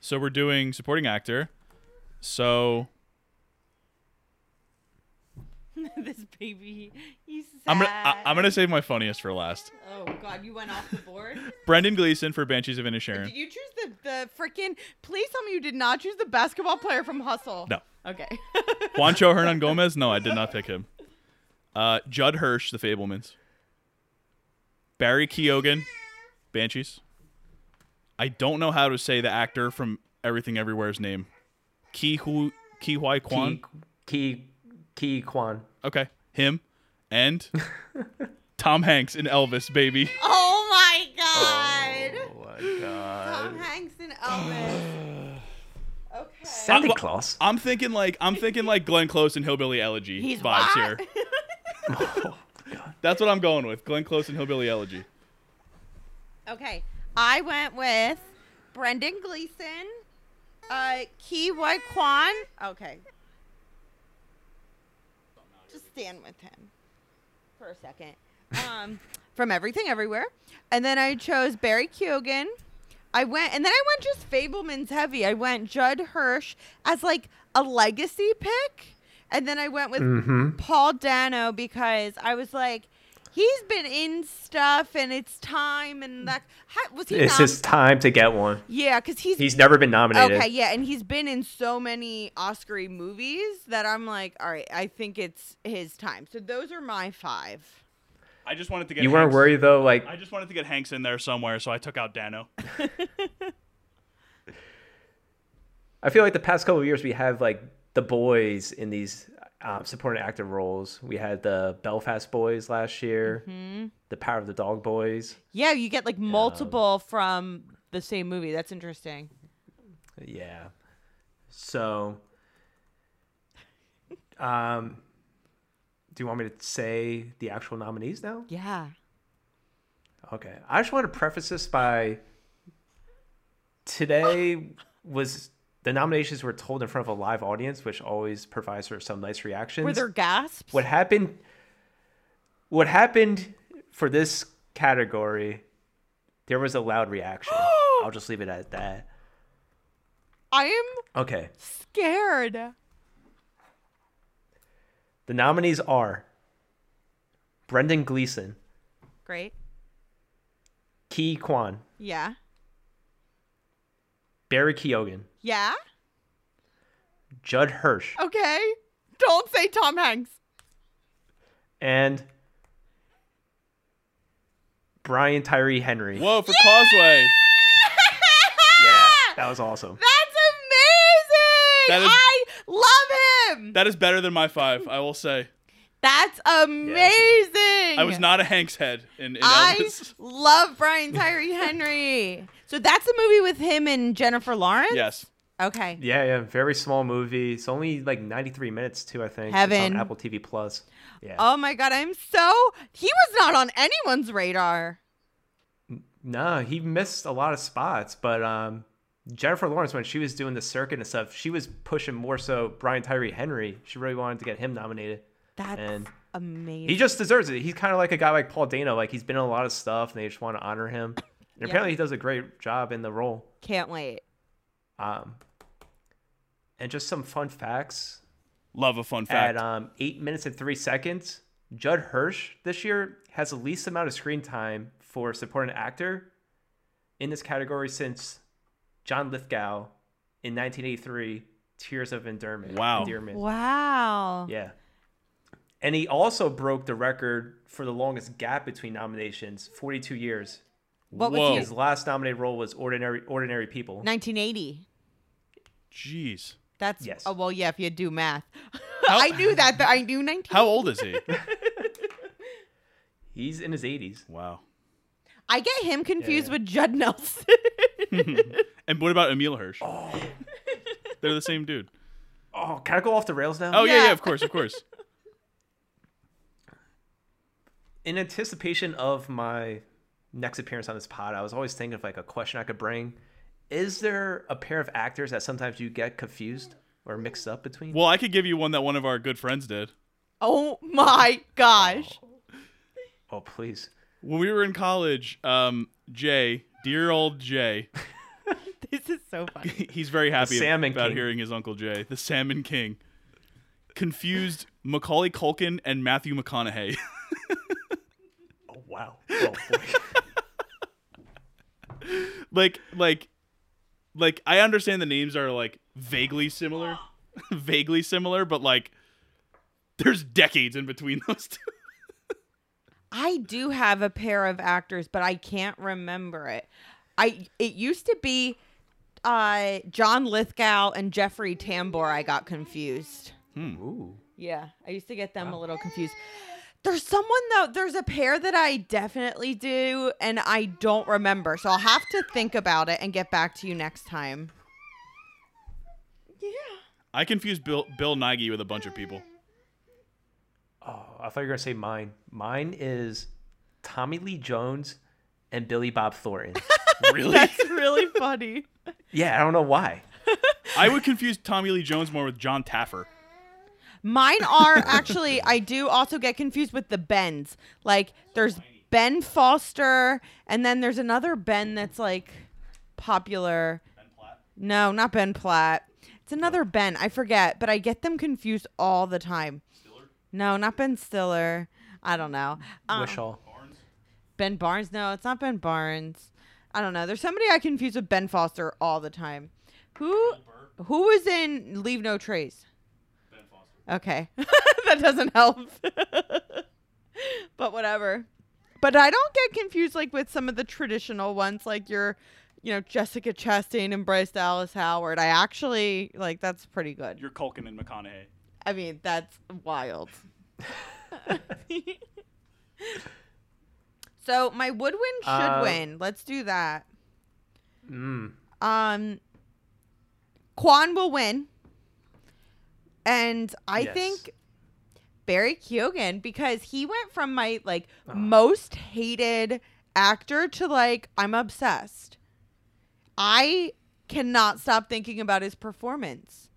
B: So we're doing supporting actor. So
A: this baby, he's sad.
B: I'm gonna I, I'm gonna save my funniest for last.
A: Oh God, you went off the board.
B: Brendan Gleeson for Banshees of
A: did
B: Inisherin.
A: you choose the the freaking? Please tell me you did not choose the basketball player from Hustle.
B: No.
A: Okay.
B: Juancho Hernan Gomez. No, I did not pick him. Uh, Judd Hirsch, The Fablemans. Barry Keoghan, Banshees. I don't know how to say the actor from Everything Everywhere's name. Ki Hu Ki Huai Kwan.
C: Key Key Key Kwan.
B: Okay, him and Tom Hanks in Elvis, baby.
A: oh my
B: Oh.
A: God.
C: my god.
A: Tom Hanks and Elvis. okay.
C: Santa
B: Uh, well-
C: Claus.
B: I'm thinking like I'm thinking like Glenn Close and Hillbilly Elegy
A: He's
B: vibes
A: what?
B: here. That's what I'm going with. Glenn Close and Hillbilly Elegy.
A: Okay. I went with Brendan Gleeson, uh, Ki Wai Kwan. Okay. Just stand with him for a second. Um, from everything everywhere, and then I chose Barry Keoghan. I went, and then I went just Fableman's heavy. I went Judd Hirsch as like a legacy pick, and then I went with
C: Mm-hmm.
A: Paul Dano because I was like, he's been in stuff, and it's time, and that how, was he?
C: It's
A: nom-
C: his time to get one.
A: yeah, because he's
C: He's never been nominated.
A: Okay, yeah, and he's been in so many Oscar movies that I'm like, all right, I think it's his time. So those are my five.
B: I just wanted to get
C: You weren't
B: Hanks-
C: worried though, like
B: I just wanted to get Hanks in there somewhere, so I took out Dano.
C: I feel like the past couple of years we have like the boys in these um, supporting actor roles. We had the Belfast boys last year, the Power of the Dog boys.
A: Yeah, you get like multiple from the same movie. That's interesting.
C: Yeah. So, um, do you want me to say the actual nominees now?
A: Yeah.
C: Okay. I just want to preface this by today was The nominations were told in front of a live audience, which always provides for some nice reactions.
A: Were there gasps?
C: what happened what happened for this category there was a loud reaction i'll just leave it at that
A: I am
C: okay
A: scared.
C: the nominees are brendan gleeson
A: Great.
C: key kwan
A: Yeah.
C: barry keoghan
A: Yeah.
C: judd hirsch
A: Okay. Don't say Tom Hanks.
C: and brian tyree henry
B: Whoa, for Causeway.
C: yeah that was awesome
A: That's amazing.
B: That is-
A: I love him.
B: That is better than my five, I will say.
A: That's amazing.
B: I was not a Hank's head in, in
A: I
B: Elvis.
A: love Brian Tyree Henry. So that's a movie with him and Jennifer Lawrence.
B: Yes.
A: Okay.
C: yeah yeah very small movie it's only like 93 minutes too i think it's
A: Heaven.
C: on apple tv plus yeah
A: Oh my god, I'm so he was not on anyone's radar.
C: No, he missed a lot of spots, but um, Jennifer Lawrence, when she was doing the circuit and stuff, she was pushing more so Brian Tyree Henry. She really wanted to get him nominated.
A: That's
C: And
A: amazing.
C: He just deserves it. He's kind of like a guy like Paul Dano. Like he's been in a lot of stuff, and they just want to honor him. And apparently, he does a great job in the role.
A: Can't wait.
C: Um, and just some fun facts.
B: Love a fun
C: At
B: fact.
C: um, eight minutes and three seconds, Judd Hirsch this year has the least amount of screen time for supporting actor in this category since John Lithgow in 1983, Tears of Endearment.
B: Wow.
C: Endearment.
A: Wow.
C: Yeah. And he also broke the record for the longest gap between nominations, 42 years.
A: What
B: Whoa.
A: was
C: His
A: he?
C: last nominated role was Ordinary Ordinary People.
A: 1980.
B: Jeez.
A: That's
C: Yes.
A: oh well, yeah. If you do math, I knew that. that I knew 19.
B: How old is he?
C: He's in his 80s.
B: wow.
A: I get him confused
C: yeah.
A: with Judd Nelson.
B: And what about Emil Hirsch?
A: Oh.
B: They're the same dude.
C: Oh, can I go off the rails now?
B: Oh yeah, yeah,
A: Yeah.
B: of course, of course.
C: in anticipation of my next appearance on this pod, I was always thinking of like a question I could bring. Is there a pair of actors that sometimes you get confused or mixed up between?
B: Well, I could give you one that one of our good friends did.
A: oh my gosh.
C: Oh, please.
B: When we were in college, um, Jay, dear old Jay,
A: This is so funny.
B: he's very happy
C: Salmon
B: about
C: King.
B: hearing his Uncle Jay, the Salmon King, confused Macaulay Culkin and Matthew McConaughey.
C: Oh, wow. Oh, boy.
B: like, like, like, I understand the names are like vaguely similar, vaguely similar, but like, there's decades in between those two.
A: I do have a pair of actors, but I can't remember it. I it used to be uh John Lithgow and Jeffrey Tambor. I got confused.
C: Ooh.
A: Yeah, I used to get them a little confused. There's someone though. There's a pair that I definitely do, and I don't remember. So I'll have to think about it and get back to you next time. Yeah.
B: I confused Bill Bill Nighy with a bunch of people.
C: Oh, I thought you were going to say mine. Mine is Tommy Lee Jones and Billy Bob Thornton.
B: Really?
A: That's really funny.
C: yeah, I don't know why.
B: I would confuse Tommy Lee Jones more with John Taffer.
A: Mine are actually, I do also get confused with the Bens. Like, there's Ben Foster, and then there's another Ben that's like popular. No, not Ben Platt. It's another Ben. I forget, but I get them confused all the time. No, not Ben Stiller. I don't know. Um,
C: Wish all.
A: Ben Barnes? No, it's not Ben Barnes. I don't know. There's somebody I confuse with Ben Foster all the time. Who who was in Leave No Trace? Ben Foster. Okay. that doesn't help. but whatever. But I don't get confused like with some of the traditional ones like your you know Jessica Chastain and Bryce Dallas Howard. I actually like that's pretty good.
B: You're Culkin and McConaughey.
A: I mean, that's wild. so my would win should
C: Uh,
A: win. Let's do that.
C: Mm.
A: Um, Quan will win, and I
C: Yes.
A: think Barry Keoghan because he went from my like
C: Ah.
A: most hated actor to like I'm obsessed. I cannot stop thinking about his performance.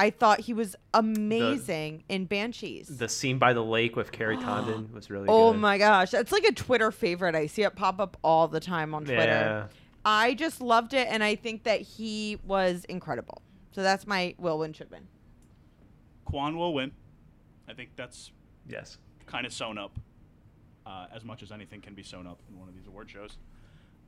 A: I thought he was amazing in Banshees.
C: The scene by the lake with Carrie Condon was really
A: oh
C: good.
A: my gosh, that's like a Twitter favorite. I see it pop up all the time on Twitter.
C: Yeah.
A: I just loved it, and I think that he was incredible. So that's my Will Winchipman.
D: Quan will win. I think that's
C: Yes.
D: kind of sewn up, uh, as much as anything can be sewn up in one of these award shows.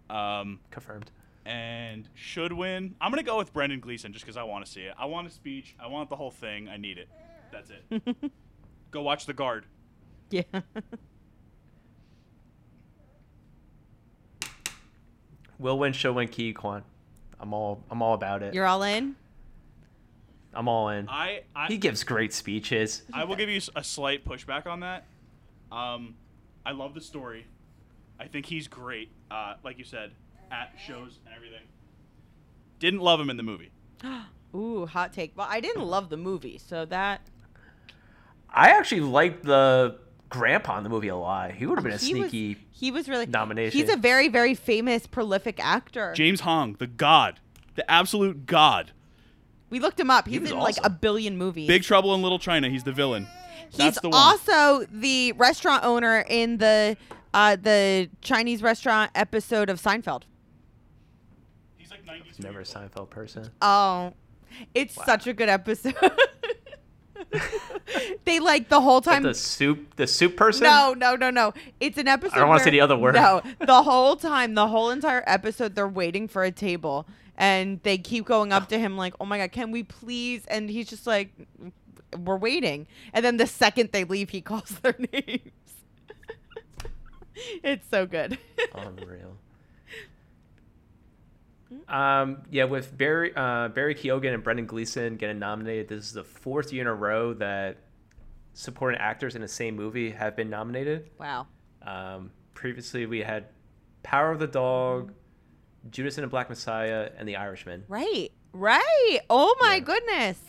D: Um,
C: Confirmed.
D: and should win. I'm gonna go with Brendan Gleeson just because I want to see it. I want a speech. I want the whole thing. I need it. That's it. go watch The Guard.
A: Yeah.
C: Will win, show win, key Kwan. I'm all I'm all about it.
A: You're all in?
C: I'm all in.
D: I I,
C: he gives great speeches.
D: I will give you s- a slight pushback on that. Um, I love the story. I think he's great. Uh, like you said, at shows and everything. Didn't love him in the movie.
A: Ooh, hot take. Well, I didn't love the movie, so that
C: I actually liked the grandpa in the movie a lot. He would have been a
A: he
C: sneaky.
A: was he was really
C: nomination.
A: He's a very very famous prolific actor.
B: James Hong, the god, the absolute god.
A: we looked him up. He's
C: was
A: in like a
C: awesome.
A: billion movies.
B: Big Trouble in Little China. He's the villain.
A: He's
B: That's the one.
A: also the restaurant owner in the uh, the Chinese restaurant episode of Seinfeld.
D: He's like 90s.
C: Never a Seinfeld person.
A: Oh, it's such a good episode. they like the whole time.
C: the soup, the soup person.
A: No, no, no, no. It's an episode.
C: wanna
A: where-
C: say the other word.
A: No, the whole time, the whole entire episode, they're waiting for a table, and they keep going up to him like, "Oh my god, can we please?" And he's just like, "We're waiting." And then the second they leave, he calls their names. it's so good.
C: Oh. Unreal. Um, yeah, with Barry uh, Barry Keoghan and Brendan Gleeson getting nominated, this is the fourth year in a row that supporting actors in the same movie have been nominated.
A: wow.
C: Um, previously, we had Power of the Dog, Judas and the Black Messiah, and The Irishman.
A: Right. Right. Oh my
C: Yeah.
A: goodness.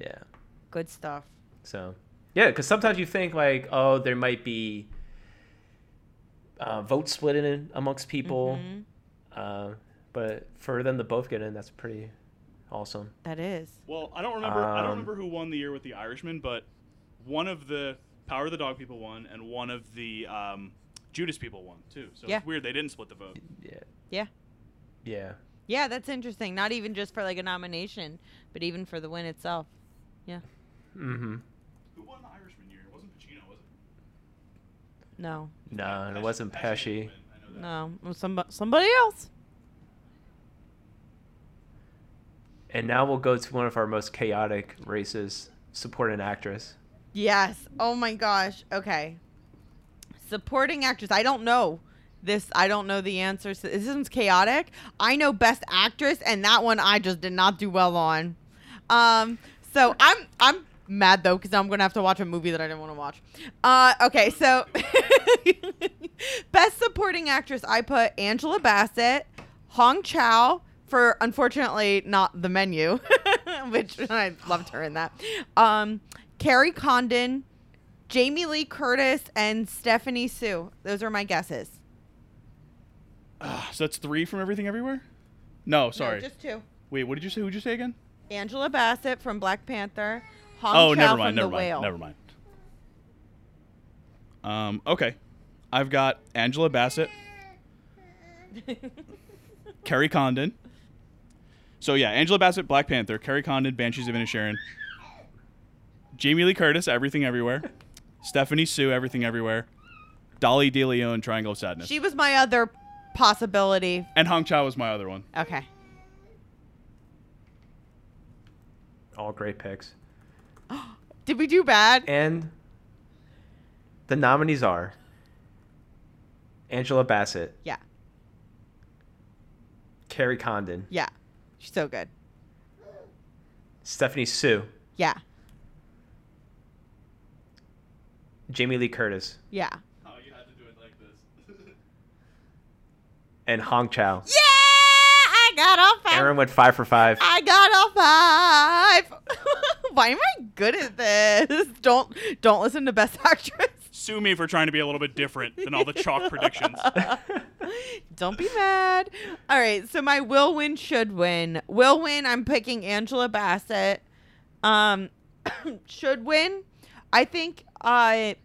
C: Yeah.
A: Good stuff.
C: So, yeah, because sometimes you think like, oh, there might be uh, vote splitting amongst people,
A: Mm-hmm.
C: uh, but for them to both get in, that's pretty awesome.
A: That is.
D: Well, I don't remember. I don't
C: Um,
D: remember who won the year with the Irishman, but one of the Power of the Dog people won, and one of the um, Judas people won too. So
A: Yeah.
D: it's weird they didn't split the vote.
C: Yeah,
A: Yeah.
C: yeah,
A: Yeah, that's interesting. Not even just for like a nomination, but even for the win itself. Yeah.
C: mm-hmm.
D: Who won the Irishman year? It wasn't Pacino, was it?
A: No.
C: No, and it wasn't Pesci.
D: didn't win, I know that.
A: No. Well, somebody, somebody else.
C: And now we'll go to one of our most chaotic races: supporting actress.
A: Yes. Oh my gosh. Okay. Supporting actress. I don't know this. I don't know the answer. So This one's chaotic. I know best actress, and that one I just did not do well on. Um. So I'm I'm mad though because I'm gonna have to watch a movie that I didn't want to watch. Uh. Okay. So best supporting actress. I put Angela Bassett, Hong Chow for unfortunately not the menu, which I loved her in that. Um. Carrie Condon. Jamie Lee Curtis and Stephanie Sue. Those are my guesses.
B: Ah, so that's three from Everything Everywhere. No, sorry.
A: just two.
B: Wait, what did you say? Who'd you say again?
A: Angela Bassett from Black Panther. Hong
B: Oh,
A: Chow
B: never
A: from
B: mind. Never
A: the
B: mind.
A: Whale.
B: Never mind. Um. Okay. I've got Angela Bassett, Kerry Condon. So yeah, Angela Bassett, Black Panther, Kerry Condon, Banshees of Inisherin, Jamie Lee Curtis, Everything Everywhere, Stephanie Sue, Everything Everywhere, Dolly De Leon, Triangle of Sadness,
A: She was my other possibility.
B: and Hong Chow was my other one.
A: Okay.
C: All great picks.
A: Did we do
B: Eh.
A: bad?
C: And the nominees are Angela Bassett,
A: Yeah.
C: Carrie Condon,
A: Yeah. She's so good.
C: Stephanie Sue,
A: Yeah.
C: Jamie Lee Curtis,
A: Yeah.
D: Oh, you had to do it like this.
C: and Hong Chow.
A: Yeah! I got all five.
C: Aaron went five for five.
A: I got all five. Why am I good at this? Don't don't listen to Best Actress. Oh.
D: Sue me for trying to be a little bit different than all the chalk predictions.
A: Don't be mad. All right, so my will win should win. Will win, I'm picking Angela Bassett. Um should win. I think I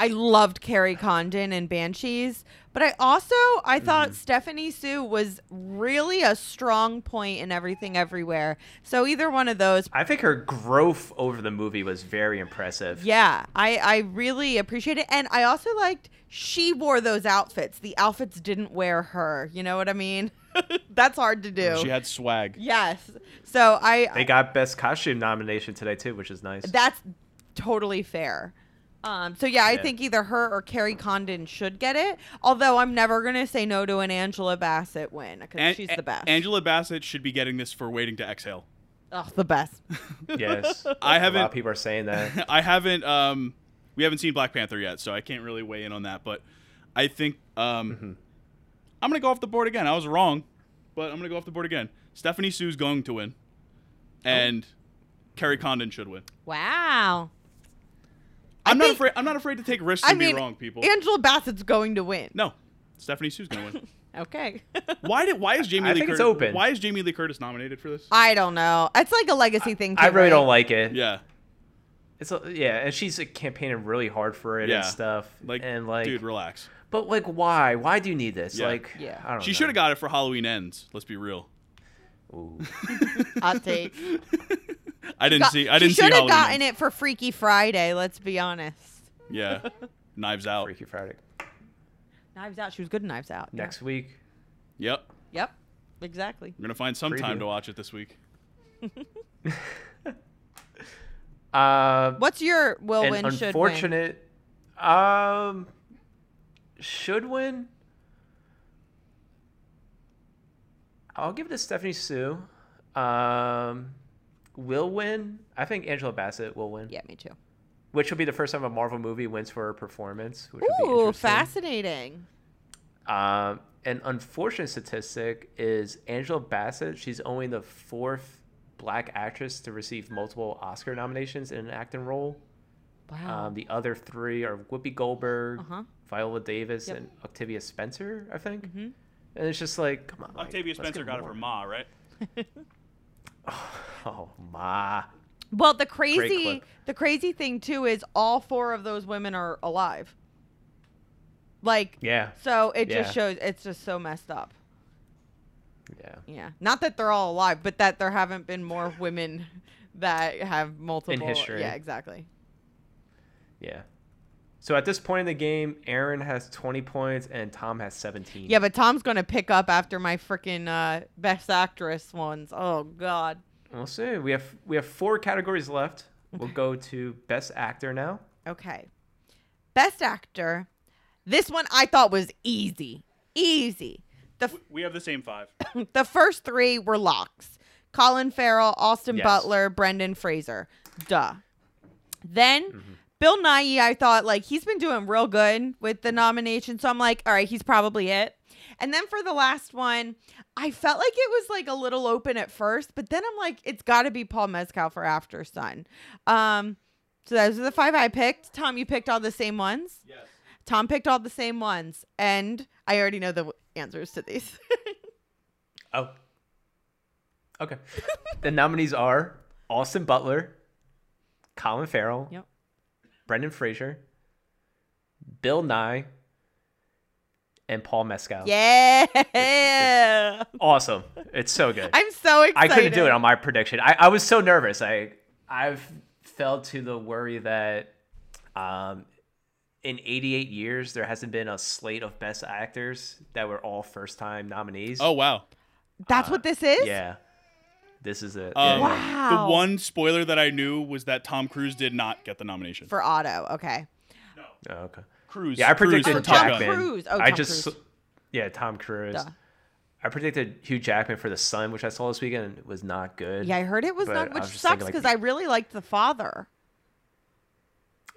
A: I loved Carrie Condon and Banshees, but I also I thought Stephanie Sue was really a strong point in everything everywhere. So either one of those
C: I think her growth over the movie was very impressive.
A: yeah, I I really appreciate it, and I also liked she wore those outfits. The outfits didn't wear her. You know what I mean? That's hard to do.
B: She had swag.
A: yes. So I
C: They got best costume nomination today too, which is nice.
A: that's totally fair. Um, so yeah, I
C: Yeah.
A: think either her or Carrie Condon should get it. Although I'm never gonna say no to an Angela Bassett win because
B: An-
A: she's
B: A-
A: the best.
B: Angela Bassett should be getting this for waiting to exhale.
A: Ugh, the best.
C: yes.
B: I
C: A lot
B: haven't
C: of people are saying that.
B: I haven't um we haven't seen Black Panther yet, so I can't really weigh in on that, but I think um
C: Mm-hmm.
B: I'm going to go off the board again. I was wrong, but I'm going to go off the board again. Stephanie Sue's going to win.
A: Oh.
B: And Kerry Condon should win.
A: Wow.
B: I'm not
A: think-
B: afraid I'm not afraid to take risks
A: I
B: and
A: mean,
B: be wrong, people.
A: Angela Bassett's going to win.
B: no. Stephanie Sue's going to win.
A: Okay.
B: why did why is Jamie
C: I
B: Lee
C: think it's
B: Curtis
C: open.
B: why is Jamie Lee Curtis nominated for this?
A: I don't know. It's like a legacy thing. Too,
C: I really
A: right?
C: don't like it.
B: yeah.
C: It's a, yeah, and she's uh, campaigning really hard for it
B: Yeah.
C: and stuff.
B: Like,
C: and like,
B: dude, relax.
C: but like, why? Why do you need this?
B: Yeah.
C: Like,
A: Yeah.
C: I don't
B: She
C: know.
B: should have got it for Halloween Ends, let's be real.
C: Ooh.
A: Hot take.
B: I didn't
A: Got-
B: see I didn't
A: she
B: see
A: should have
B: Halloween.
A: gotten it
B: Ends.
A: for Freaky Friday. Let's be honest.
B: Yeah. Knives out.
C: Freaky Friday
A: Knives Out. She was good. in Knives Out. yeah.
C: next week.
B: Yep.
A: Yep. Exactly.
B: We're gonna find some
C: Preview.
B: time to watch it this week.
C: Uh,
A: What's your will
C: an
A: win? Should win.
C: unfortunate. Um, should win. I'll give it to Stephanie Sue. Um, will win. I think Angela Bassett will win.
A: Yeah, me too.
C: Which will be the first time a Marvel movie wins for a performance. Which will be
A: Ooh,
C: interesting.
A: fascinating.
C: Um, an unfortunate statistic is Angela Bassett. She's only the fourth black actress to receive multiple Oscar nominations in an acting role.
A: Wow.
C: Um, the other three are Whoopi Goldberg,
A: Oh. Uh-huh.
C: Viola Davis,
A: Yep.
C: and Octavia Spencer, I think.
A: Mhm.
C: And it's just like, come on. like,
D: Octavia
C: let's
D: Spencer
C: get
D: got it
C: more.
D: for Ma, right?
A: Mm-hmm.
C: Oh, Ma.
A: well, the crazy
C: clip.
A: the crazy thing too is all four of those women are alive. Like
C: Yeah.
A: so it just
C: Yeah.
A: shows it's just so messed up.
C: Yeah.
A: Yeah. Not that they're all alive, but that there haven't been more women that have multiple
C: history.
A: Yeah, exactly.
C: Yeah. So at this point in the game, Aaron has 20 points and Tom has 17.
A: Yeah, but Tom's going to pick up after my freaking uh, best actress ones. Oh god.
C: We'll see. We have we have four categories left. We'll go to best actor now.
A: Okay. Best actor. This one I thought was easy. Easy. The f-
D: We have the same five.
A: the first three were locks Colin Farrell, Austin
C: Yes.
A: Butler, Brendan Fraser. Duh. Then Bill Nye, I thought, like, he's been doing real good with the nomination. So I'm like, all right, he's probably it. And then for the last one, I felt like it was like a little open at first, but then I'm like, it's got to be Paul Mezcal for After Sun. Um, so those are the five I picked. Tom, you picked all the same ones?
D: Yes.
A: Tom picked all the same ones. And I already know the w- answers to these.
C: Oh. Okay. the nominees are Austin Butler, Colin Farrell,
A: Yep.
C: Brendan Fraser, Bill Nye, and Paul Mescal.
A: Yeah.
C: Awesome. It's so good. I,
A: I'm so excited.
C: couldn't do it on my prediction. I, I was so nervous. I I've fell to the worry that um in 88 years there hasn't been a slate of best actors that were all first time nominees.
B: Oh wow.
A: That's what this is?
C: uh, yeah. This is it.
B: Um,
C: Yeah, yeah.
A: Wow.
B: The one spoiler that I knew was that Tom Cruise did not get the nomination.
A: For auto. Okay.
C: Oh, okay.
B: Cruise.
C: Yeah, I
B: Cruise
C: predicted
B: for
A: Tom
B: Top
C: Jackman.
B: Gun.
A: Cruise. Oh,
C: I
A: Tom
C: just,
A: Cruise.
C: yeah, Tom Cruise.
A: Duh.
C: I predicted Hugh Jackman for The Sun, which I saw this weekend, and it was not good.
A: Yeah, I heard it was
C: But
A: not,
C: I
A: which
C: was just
A: sucks
C: thinking, like-
A: because I really liked the father.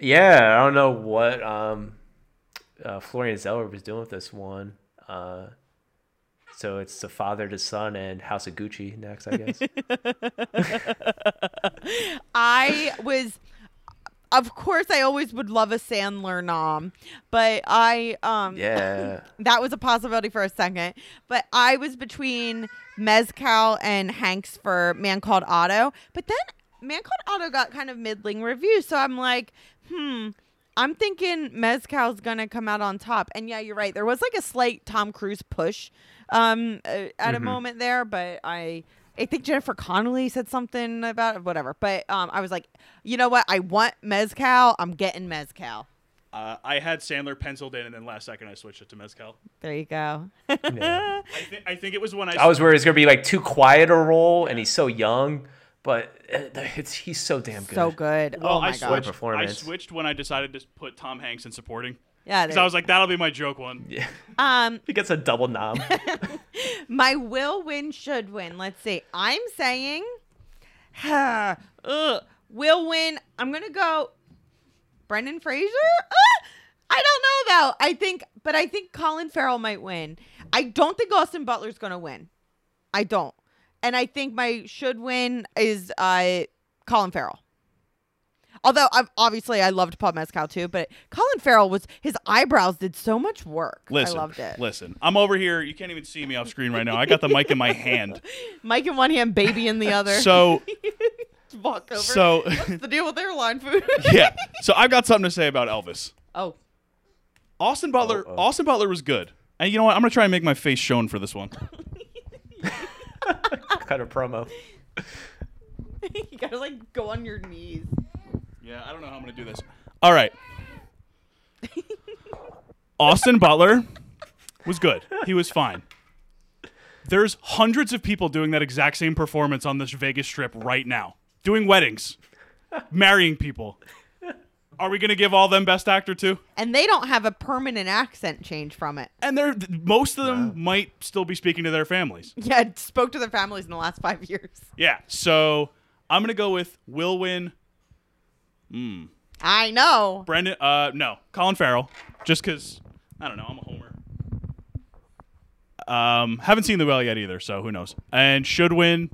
C: Yeah, I don't know what um, uh, Florian Zeller was doing with this one. Uh, so it's the father to son and House of Gucci next, I guess.
A: I was of course, I always would love a Sandler nom, but I um
C: Yeah.
A: that was a possibility for a second. But I was between Mezcal and Hanks for Man Called Otto. But then Man Called Otto got kind of middling reviews. So I'm like, hmm, I'm thinking Mezcal's going to come out on top. And yeah, you're right. There was like a slight Tom Cruise push um, uh, at a moment there, but I. I think Jennifer Connelly said something about it, whatever. But um, I was like, you know what? I want mezcal. I'm getting mezcal.
D: Uh, I had Sandler penciled in, and then last second I switched it to mezcal.
A: There you go.
C: Yeah.
D: I, th- I think it was when I.
C: I was worried it's gonna be like too quiet a role, and he's so young, but it- it's he's so damn good.
A: so good.
D: Well,
A: oh my
D: I
A: god.
D: switched. I
C: Performance.
D: switched when I decided to put Tom Hanks in supporting
A: Yeah,
D: because
A: there
D: I
A: you
D: was like, that'll be my joke one.
A: Um,
C: He gets a double knob.
A: my will win should win. Let's see. I'm saying, ugh, will win. I'm gonna go. Brendan Fraser. Ah! I don't know though. I think, but I think Colin Farrell might win. I don't think Austin Butler's gonna win. I don't, and I think my should win is uh, Colin Farrell. Although I've, obviously I loved Paul Mescal too, but Colin Farrell was his eyebrows did so much work.
B: Listen,
A: I loved it.
B: listen. I'm over here. You can't even see me off screen right now. I got the mic in my hand.
A: Mike in one hand, baby in the other.
B: So
A: walk over.
B: so
A: What's the deal with airline food?
B: yeah. So I've got something to say about Elvis.
A: oh,
B: Austin Butler.
C: Uh-oh.
B: Austin Butler was good. And you know what? I'm gonna try and make my face shown for this one.
C: Cut a promo.
A: you gotta like go on your knees.
B: Yeah, I don't know how I'm gonna do this. All right. Austin Butler was good. He was fine. There's hundreds of people doing that exact same performance on this Vegas Strip right now, doing weddings, marrying people. Are we gonna give all them Best Actor too?
A: And they don't have a permanent accent change from it.
B: And they're th- most of them might still be speaking to their families.
A: Yeah, I spoke to their families in the last five years.
B: Yeah. So I'm gonna go with Will Win,
A: I know.
B: Brendan. Uh, no, Colin Farrell, just because I don't know. I'm a homer. Um, haven't seen the well yet either, so who knows? And should win.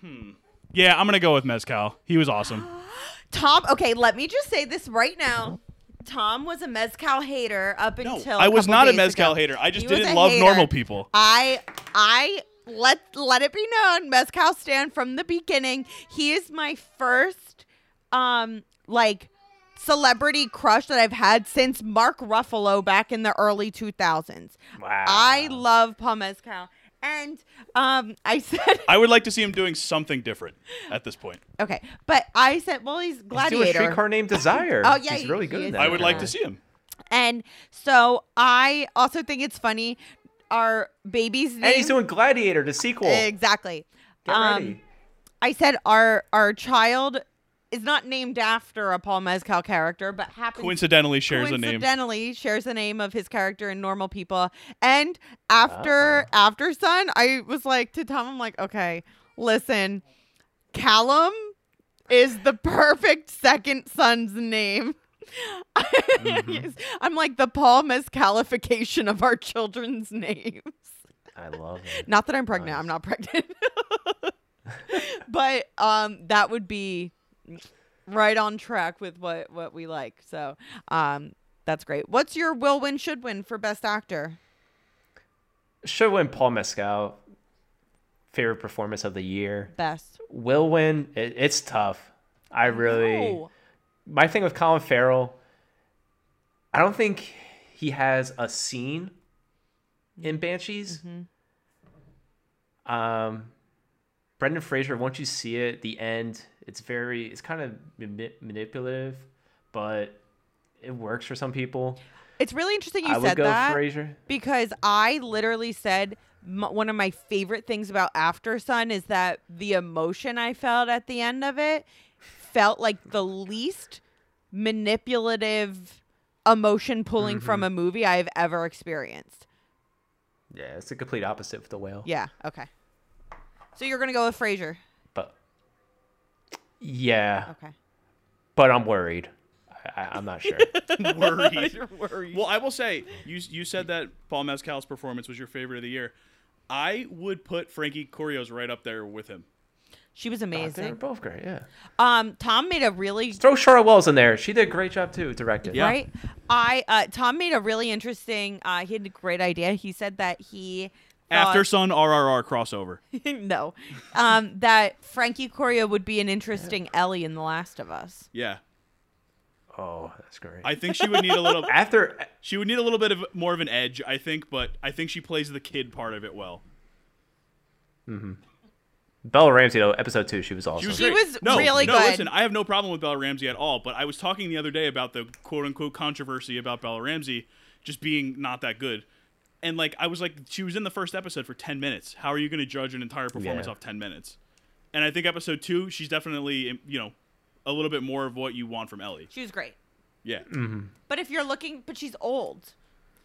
B: Hmm. Yeah, I'm gonna go with Mezcal. He was awesome.
A: Tom. Okay, let me just say this right now. Tom was a mezcal hater up until
B: I was
A: couple
B: not a
A: days
B: mezcal
A: ago.
B: hater. I just
A: He was
B: didn't
A: a
B: love
A: hater.
B: normal people.
A: I I let let it be known, Mezcal Stan from the beginning. He is my first um like celebrity crush that I've had since Mark Ruffalo back in the early two thousands.
C: Wow.
A: I love Paul Mezcal. And um I said
B: I would like to see him doing something different at this point.
A: okay, but I said well he's
C: He's doing a
A: gladiator.
C: streetcar named Desire.
A: Oh, yeah,
C: he's really
A: he
C: good.
A: is
C: in that.
B: I would like
A: Yeah.
B: to see him.
A: and so I also think it's funny our baby's name
C: And he's doing Gladiator, the sequel.
A: exactly.
C: Get
A: Um,
C: ready.
A: I said our our child is not named after a Paul Mezcal character, but happens
B: Coincidentally shares a name.
A: coincidentally shares the name of his character in Normal People. And after after Sun, I was like to Tom, I'm like, okay, listen, Callum is the perfect second son's name.
B: Mm-hmm.
A: I'm like the Paul Mezcalification of our children's names.
C: I love it.
A: Not that I'm pregnant.
C: Nice.
A: I'm not pregnant. but um, that would be right on track with what what we like. So um, that's great. What's your will win should win for best actor?
C: Should win Paul Mescal. Favorite performance of the year.
A: Best.
C: Will win. It, it's tough. I really.
A: No.
C: my thing with Colin Farrell, I don't think he has a scene in Banshees.
A: Mm-hmm.
C: Um, Brendan Fraser, once you see it, the end, it's very, it's kind of mani- manipulative, but it works for some people.
A: It's really interesting you
C: I would
A: said
C: go
A: that.
C: Fraser.
A: because I literally said m- one of my favorite things about After Sun is that the emotion I felt at the end of it felt like the least manipulative emotion pulling from a movie I've ever experienced.
C: Yeah, it's the complete opposite of the whale.
A: Yeah. Okay. So you're gonna go with Frasier.
C: But yeah,
A: Okay.
C: but I'm worried. I, I, I'm not sure.
B: Worried.
A: worried.
B: Well, I will say you you said that Paul Mezcal's performance was your favorite of the year. I would put Frankie Corio's right up there with him.
A: She was
C: They're
A: amazing.
C: both great. Yeah.
A: Um, Tom made a really
C: Throw Charlotte Wells in there. She did a great job too directing.
D: Yeah.
A: right? I uh, Tom made a really interesting. Uh, he had a great idea. He said that he
B: After
A: thought-
B: Sun RRR crossover.
A: no, um, that Frankie Coria would be an interesting Ellie in The Last of Us.
B: Yeah.
C: Oh, that's great.
B: I think she would need a little
C: After uh,
B: she would need a little bit of more of an edge, I think, but I think she plays the kid part of it well.
C: Bella Ramsey though, episode two, she was awesome.
B: She was,
A: She
B: great.
A: was
B: no,
A: really
B: no,
A: good.
B: Listen, I have no problem with Bella Ramsey at all, but I was talking the other day about the quote unquote controversy about Bella Ramsey just being not that good. And like I was like, she was in the first episode for ten minutes. How are you gonna judge an entire performance
C: Yeah.
B: off ten minutes? And I think episode two, she's definitely um, you know, a little bit more of what you want from Ellie.
A: She was great,
B: Yeah.
A: but if you're looking, but she's old,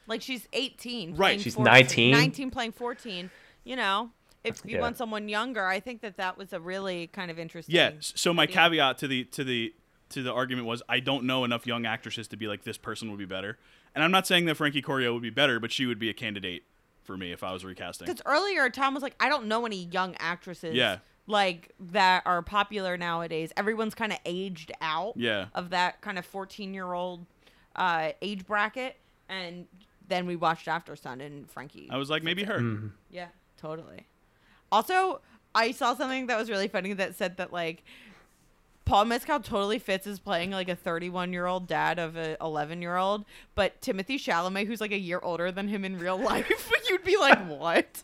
A: like she's 18.
B: Right.
A: playing
C: She's
A: 14
C: 19.
A: 19 playing 14. You know, if you
C: Yeah.
A: want someone younger, I think that that was a really kind of interesting.
B: Yeah. s- So my
A: idea.
B: caveat to the to the to the argument was I don't know enough young actresses to be like this person would be better. And I'm not saying that Frankie Corio would be better, but she would be a candidate for me if I was recasting.
A: Because earlier Tom was like, I don't know any young actresses
B: Yeah.
A: like that are popular nowadays. Everyone's kind of aged out
B: Yeah.
A: of that kind of fourteen year old uh, age bracket. And then we watched After Sun and Frankie.
B: I was like, maybe her.
C: Mm-hmm.
A: yeah, totally. Also, I saw something that was really funny that said that like Paul Mescal totally fits as playing like a 31 year old dad of a 11 year old, but Timothy Chalamet, who's like a year older than him in real life, you'd be like, what?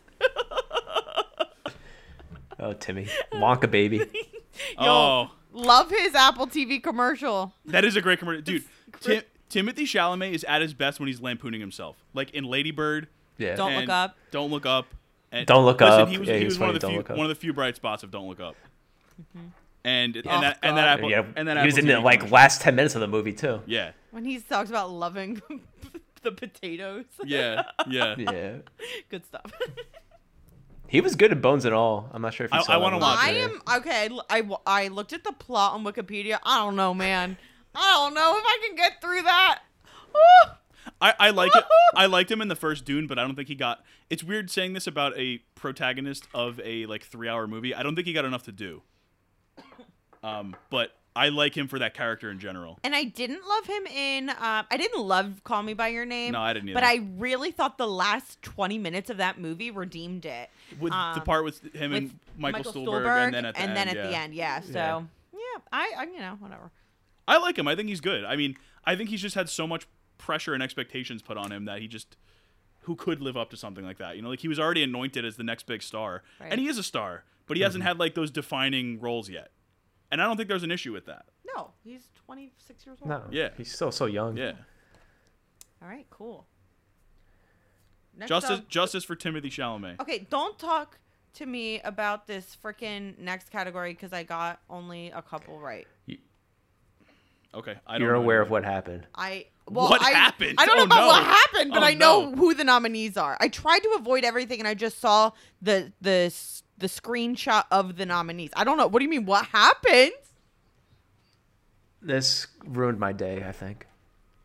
C: Oh, Timmy. Wonka baby.
B: Oh,
A: Love his Apple TV commercial.
B: that is a great commercial, dude. Tim-
A: great.
B: Timothy Chalamet is at his best when he's lampooning himself, like in Lady Bird.
C: Yeah.
A: Don't- Look
B: and
A: Up.
B: Don't look up. and-
C: Don't Look
B: Listen,
C: Up.
B: He was,
C: Yeah,
B: he
C: he
B: was
C: was
B: one
C: funny,
B: of the
C: Don't
B: few
C: Look Up.
B: one of the few bright spots of Don't Look Up. And and
A: Oh,
B: that and that
A: God.
B: Apple
C: yeah.
B: and that
C: he was
B: Apple
C: in the
B: TV
C: like
B: commercial.
C: last ten minutes of the movie too.
B: yeah
A: When he talks about loving the potatoes.
B: yeah yeah.
C: Yeah.
A: Good stuff.
C: He was good at Bones and All. I'm not sure if you
B: I-
C: saw
B: I
C: that
B: wanna
C: one.
B: watch
A: I am okay. l- I, w- I looked at the plot on Wikipedia. I don't know, man. I don't know if I can get through that. Woo!
B: I, I like it. I liked him in the first Dune, but I don't think he got. It's weird saying this about a protagonist of a like three-hour movie. I don't think he got enough to do. Um, but I like him for that character in general.
A: And I didn't love him in. Uh, I didn't love Call Me by Your Name.
B: No, I didn't
A: But I
B: either.
A: really thought the last twenty minutes of that movie redeemed it.
B: With the
A: Um,
B: part with him
A: with
B: and Michael, Stuhlberg, and then at the end, yeah.
A: yeah. So
C: Yeah.
A: yeah, I, I you know whatever.
B: I like him. I think he's good. I mean, I think he's just had so much pressure and expectations put on him that he just who could live up to something like that. You know, like he was already anointed as the next big star,
A: Right.
B: and he is a star, but he hasn't had like those defining roles yet. And I don't think there's an issue with that.
A: No, he's twenty six years old.
C: No.
B: Yeah.
C: He's still so young.
B: Yeah.
A: All right, cool. Next
B: Justice,
A: up-
B: justice for Timothy Chalamet.
A: okay, don't talk to me about this freaking next category because I got only a couple right.
B: Okay, I don't
C: You're
B: know
C: aware of
B: anymore.
C: what happened.
A: I well,
B: What
A: I,
B: happened?
A: I don't know
B: Oh,
A: about what
B: no.
A: happened, but
B: Oh,
A: I know
B: no.
A: who the nominees are. I tried to avoid everything, and I just saw the the s- the screenshot of the nominees. I don't know. What do you mean? What happened?
C: This ruined my day, I think.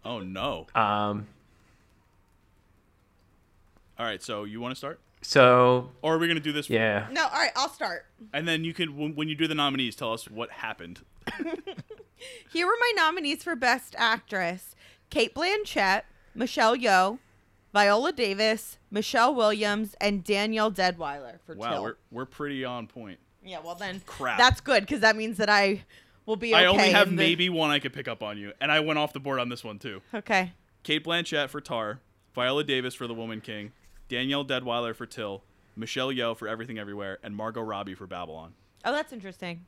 B: Oh no!
C: Um,
B: All right, so you want to start,
C: so
B: or are we gonna do this?
C: yeah,
A: No. All right, I'll start.
B: And then you can, when, when you do the nominees, tell us what happened.
A: Here were my nominees for Best Actress: Kate Blanchett, Michelle Yeoh, Viola Davis, Michelle Williams, and Danielle Deadweiler for
B: Wow,
A: Till.
B: we're we're pretty on point.
A: Yeah, well then,
B: Crap.
A: That's good because that means that I will be. Okay
B: I only have
A: in the-
B: maybe one I could pick up on you, and I went off the board on this one too.
A: Okay.
B: Kate Blanchett for Tar, Viola Davis for The Woman King, Danielle Deadweiler for Till, Michelle Yeoh for Everything Everywhere, and Margot Robbie for Babylon.
A: Oh, that's interesting.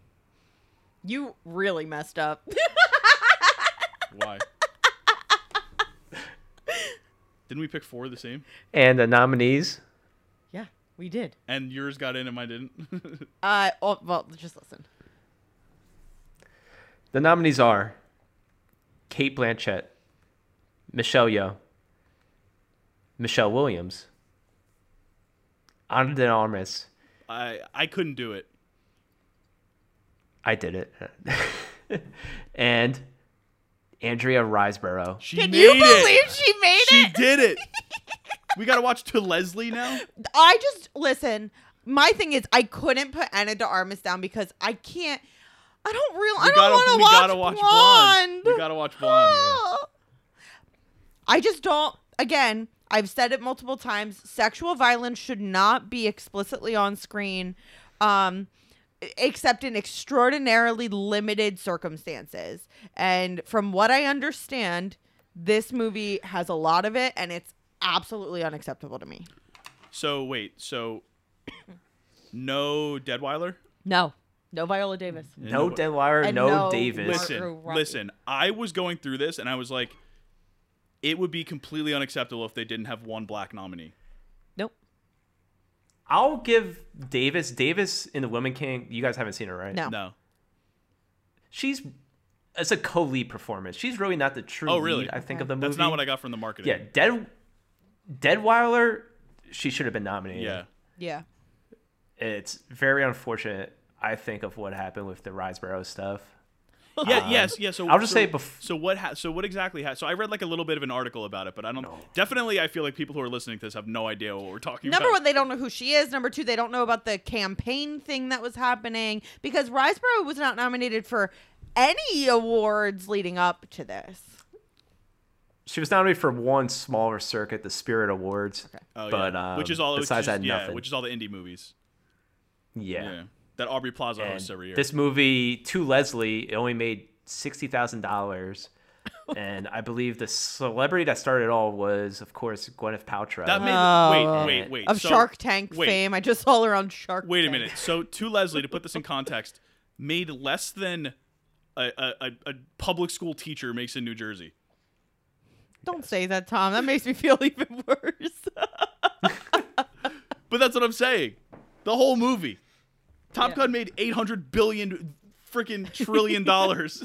A: You really messed up.
B: Why? Didn't we pick four the same?
C: and the nominees.
A: yeah, we did.
B: And yours got in and mine didn't.
A: Uh, oh, well, just listen.
C: The nominees are Kate Blanchett, Michelle Yeoh, Michelle Williams, Ana de Armas.
B: I I couldn't do it.
C: I did it, and Andrea Riseborough.
B: She
A: Can
B: made
A: you
B: it.
A: believe she made
B: She
A: it?
B: did it. we gotta watch to Leslie now.
A: I just listen. my thing is I couldn't put Anna de Armas down because I can't. I don't real. I
B: We
A: don't
B: gotta-
A: want to
B: we
A: watch,
B: gotta watch Blonde.
A: Blonde.
B: We gotta watch Blonde, yeah.
A: I just don't. Again, I've said it multiple times. Sexual violence should not be explicitly on screen, um, except in extraordinarily limited circumstances. And from what I understand, this movie has a lot of it, and it's absolutely unacceptable to me.
B: So wait, so no Deadweiler?
A: No, no Viola Davis.
C: No
B: Deadweiler.
C: Delaware,
A: And
C: no,
A: no
C: Davis.
A: Mark
B: listen,
A: Ruffalo.
B: listen. I was going through this and I was like, it would be completely unacceptable if they didn't have one black nominee.
A: Nope.
C: I'll give Davis. Davis in the Woman King. You guys haven't seen her, right?
A: No.
B: No.
C: She's. It's a co-lead performance. She's really not the true.
B: Oh, really?
C: lead, I think
A: Okay.
C: of the movie.
B: That's not what I got from the marketing.
C: Yeah, Dead. Deadweiler. She should have been nominated.
B: Yeah.
A: Yeah.
C: It's very unfortunate. I think of what happened with the Riseborough stuff.
B: Yeah, yes, yeah. So
C: I'll just
B: so-
C: say bef-
B: So what? Ha- so what exactly? Ha- so I read like a little bit of an article about it, but I don't. Definitely, I feel like people who are listening to this have no idea what we're talking
A: Number
B: about.
A: one, they don't know who she is. Number two, they don't know about the campaign thing that was happening because Riseborough was not nominated for any awards leading up to this.
C: She was nominated for one smaller circuit, the Spirit Awards.
B: Oh, yeah.
C: but um,
B: which is all which
C: besides
B: is-
C: that,
B: yeah,
C: nothing.
B: which is all the indie movies.
C: yeah.
B: Yeah. That Aubrey Plaza
C: And
B: hosts every year.
C: This movie to Leslie it only made sixty thousand dollars, and I believe the celebrity that started it all was, of course, Gwyneth Paltrow.
B: that made
A: Oh.
B: wait, wait, wait.
A: Of
B: so-
A: Shark Tank
B: wait,
A: fame. I just saw her on Shark
B: Wait
A: Tank.
B: a minute. So to Leslie, to put this in context, made less than a, a, a, a public school teacher makes in New Jersey.
A: Don't say that, Tom. That makes me feel even worse.
B: But that's what I'm saying. The whole movie. Top
A: Yeah.
B: Gun made 800 billion freaking trillion dollars.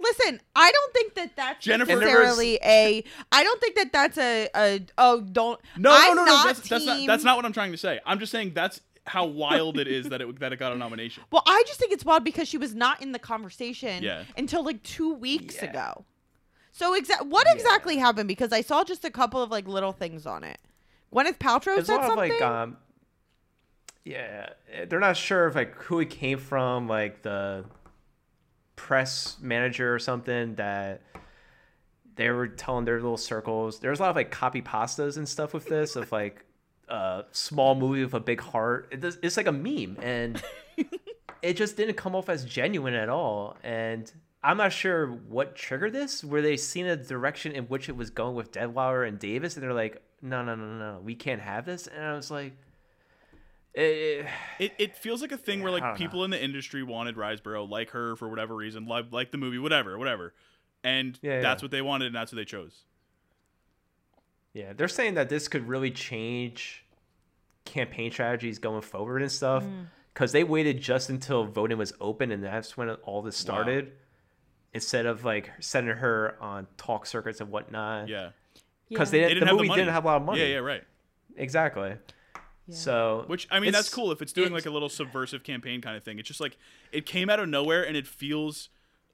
A: Listen, I don't think that that's
B: Jennifer-
C: And there
A: necessarily a. I don't think that that's a. a oh, don't.
B: No,
A: I'm
B: no, no, no.
A: Not
B: that's, that's not
A: team-
B: that's not what I'm trying to say. I'm just saying that's how wild it is that it that it got a nomination.
A: Well, I just think it's wild because she was not in the conversation
B: Yeah.
A: until like two weeks
C: Yeah.
A: ago. So exa- what exactly happened? Because I saw just a couple of like little things on it. Gwyneth Paltrow
C: There's a
A: said
C: lot of
A: something.
C: like, um, yeah, they're not sure of like who it came from, like the press manager or something that they were telling their little circles. There was a lot of like copy pastas and stuff with this of like a small movie with a big heart. It does, it's like a meme, and it just didn't come off as genuine at all. And I'm not sure what triggered this. Were they seeing a direction in which it was going with Deadweiler and Davis, and they're like, no, no, no, no, no, we can't have this. And I was like, eh, eh,
B: It, it feels like a thing where
C: I don't
B: like
C: know.
B: people in the industry wanted Riseborough, like her for whatever reason, like like the movie, whatever, whatever. And
C: Yeah,
B: that's
C: yeah.
B: what they wanted and that's what they chose.
C: yeah, they're saying that this could really change campaign strategies going forward and stuff because they waited just until voting was open, and that's when all this started. Instead of like sending her on talk circuits and whatnot,
B: Yeah.
C: because they
B: They
C: didn't,
B: didn't
C: the
B: have
C: movie
B: the money.
C: didn't have a lot of money.
B: Yeah, yeah, right.
C: Exactly. So
B: Which I mean, that's
C: it's-
B: cool if it's doing
C: it's-
B: like a little subversive campaign kind of thing. It's just like it came out of nowhere and it feels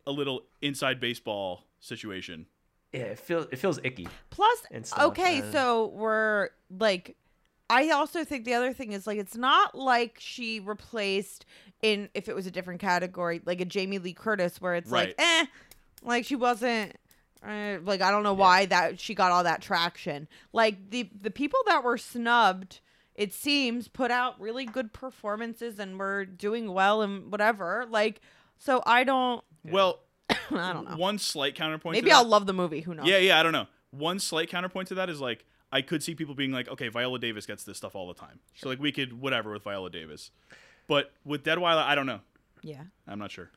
B: a little inside baseball situation.
C: Yeah, it feels it feels icky.
A: Plus,
C: and stuff,
A: okay,
C: uh,
A: so we're like, I also think the other thing is like, it's not like she replaced in if it was a different category, like a Jamie Lee Curtis, where it's
B: Right.
A: like, eh, like she wasn't. Uh, like I don't know why that she got all that traction. Like the the people that were snubbed, it seems, put out really good performances and were doing well and whatever. Like, so I don't,
B: Well,
A: I don't know.
B: one slight counterpoint.
A: Maybe
B: to that,
A: I'll love the movie. Who knows?
B: Yeah, yeah, I don't know. One slight counterpoint to that is like I could see people being like, okay, Viola Davis gets this stuff all the time, so like we could whatever with Viola Davis, but with Deadweiler, I don't know.
A: yeah.
B: I'm not sure.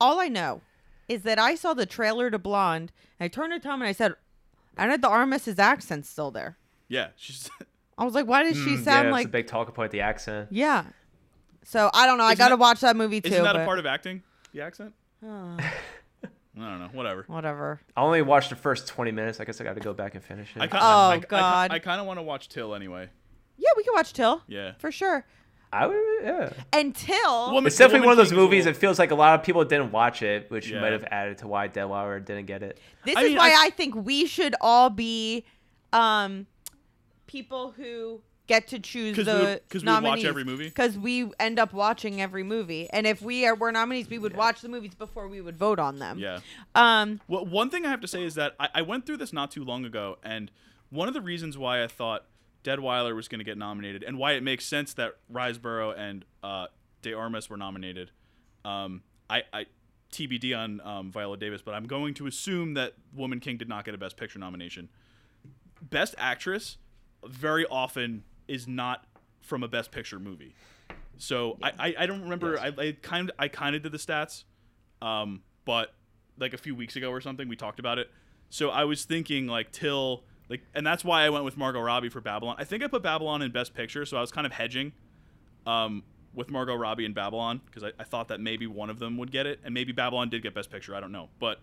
A: all I know is that I saw the trailer to Blonde, and I turned to Tom and I said, "I know the Armis's accent's still there."
B: Yeah, she's.
A: I was like, "Why does she
B: Hmm,
C: Mm, yeah,
A: sound
C: that's
A: like?"
C: a big talking point. The accent.
A: yeah. So I don't know. I
B: Isn't
A: got to
B: that-
A: watch that movie too.
B: Isn't that
A: but Uh.
B: a part of acting? The accent? I don't know. Whatever.
A: whatever.
C: I only watched the first twenty minutes. I guess I got to go back and finish it.
B: I
C: I,
B: kind
A: Oh,
B: I, I,
A: God.
B: I, kind of want to watch Till anyway.
A: Yeah, we can watch Till.
B: Yeah.
A: for sure.
C: would, yeah.
A: Until
B: Woman-
C: It's definitely
B: Woman
C: one of those
B: King is a
C: movies.
B: little-
C: It feels like a lot of people didn't watch it, which
B: Yeah.
C: might have added to why Deadweiler didn't get it.
A: this
B: I
A: is
B: mean,
A: why
B: I-
A: I, think we should all be, um, people who get to choose
B: 'Cause we would-
A: the
B: 'cause we would watch
A: nominees
B: every movie?
A: because we end up watching every movie and if we are were nominees we would watch the movies before we would vote on them
B: Yeah.
A: um
B: Well, one thing I have to say is that I, I went through this not too long ago, and one of the reasons why I thought Deadweiler was going to get nominated, and why it makes sense that Riseborough and uh, De Armas were nominated, um, I, I TBD on um, Viola Davis, but I'm going to assume that Woman King did not get a Best Picture nomination. Best Actress very often is not from a Best Picture movie, so I, I, I don't remember.
C: Yes.
B: I, I kind I kind of did the stats, um, but like a few weeks ago or something, we talked about it. So I was thinking like till like, and that's why I went with Margot Robbie for Babylon. I think I put Babylon in Best Picture, so I was kind of hedging um, with Margot Robbie and Babylon because I, I thought that maybe one of them would get it, and maybe Babylon did get Best Picture. I don't know, but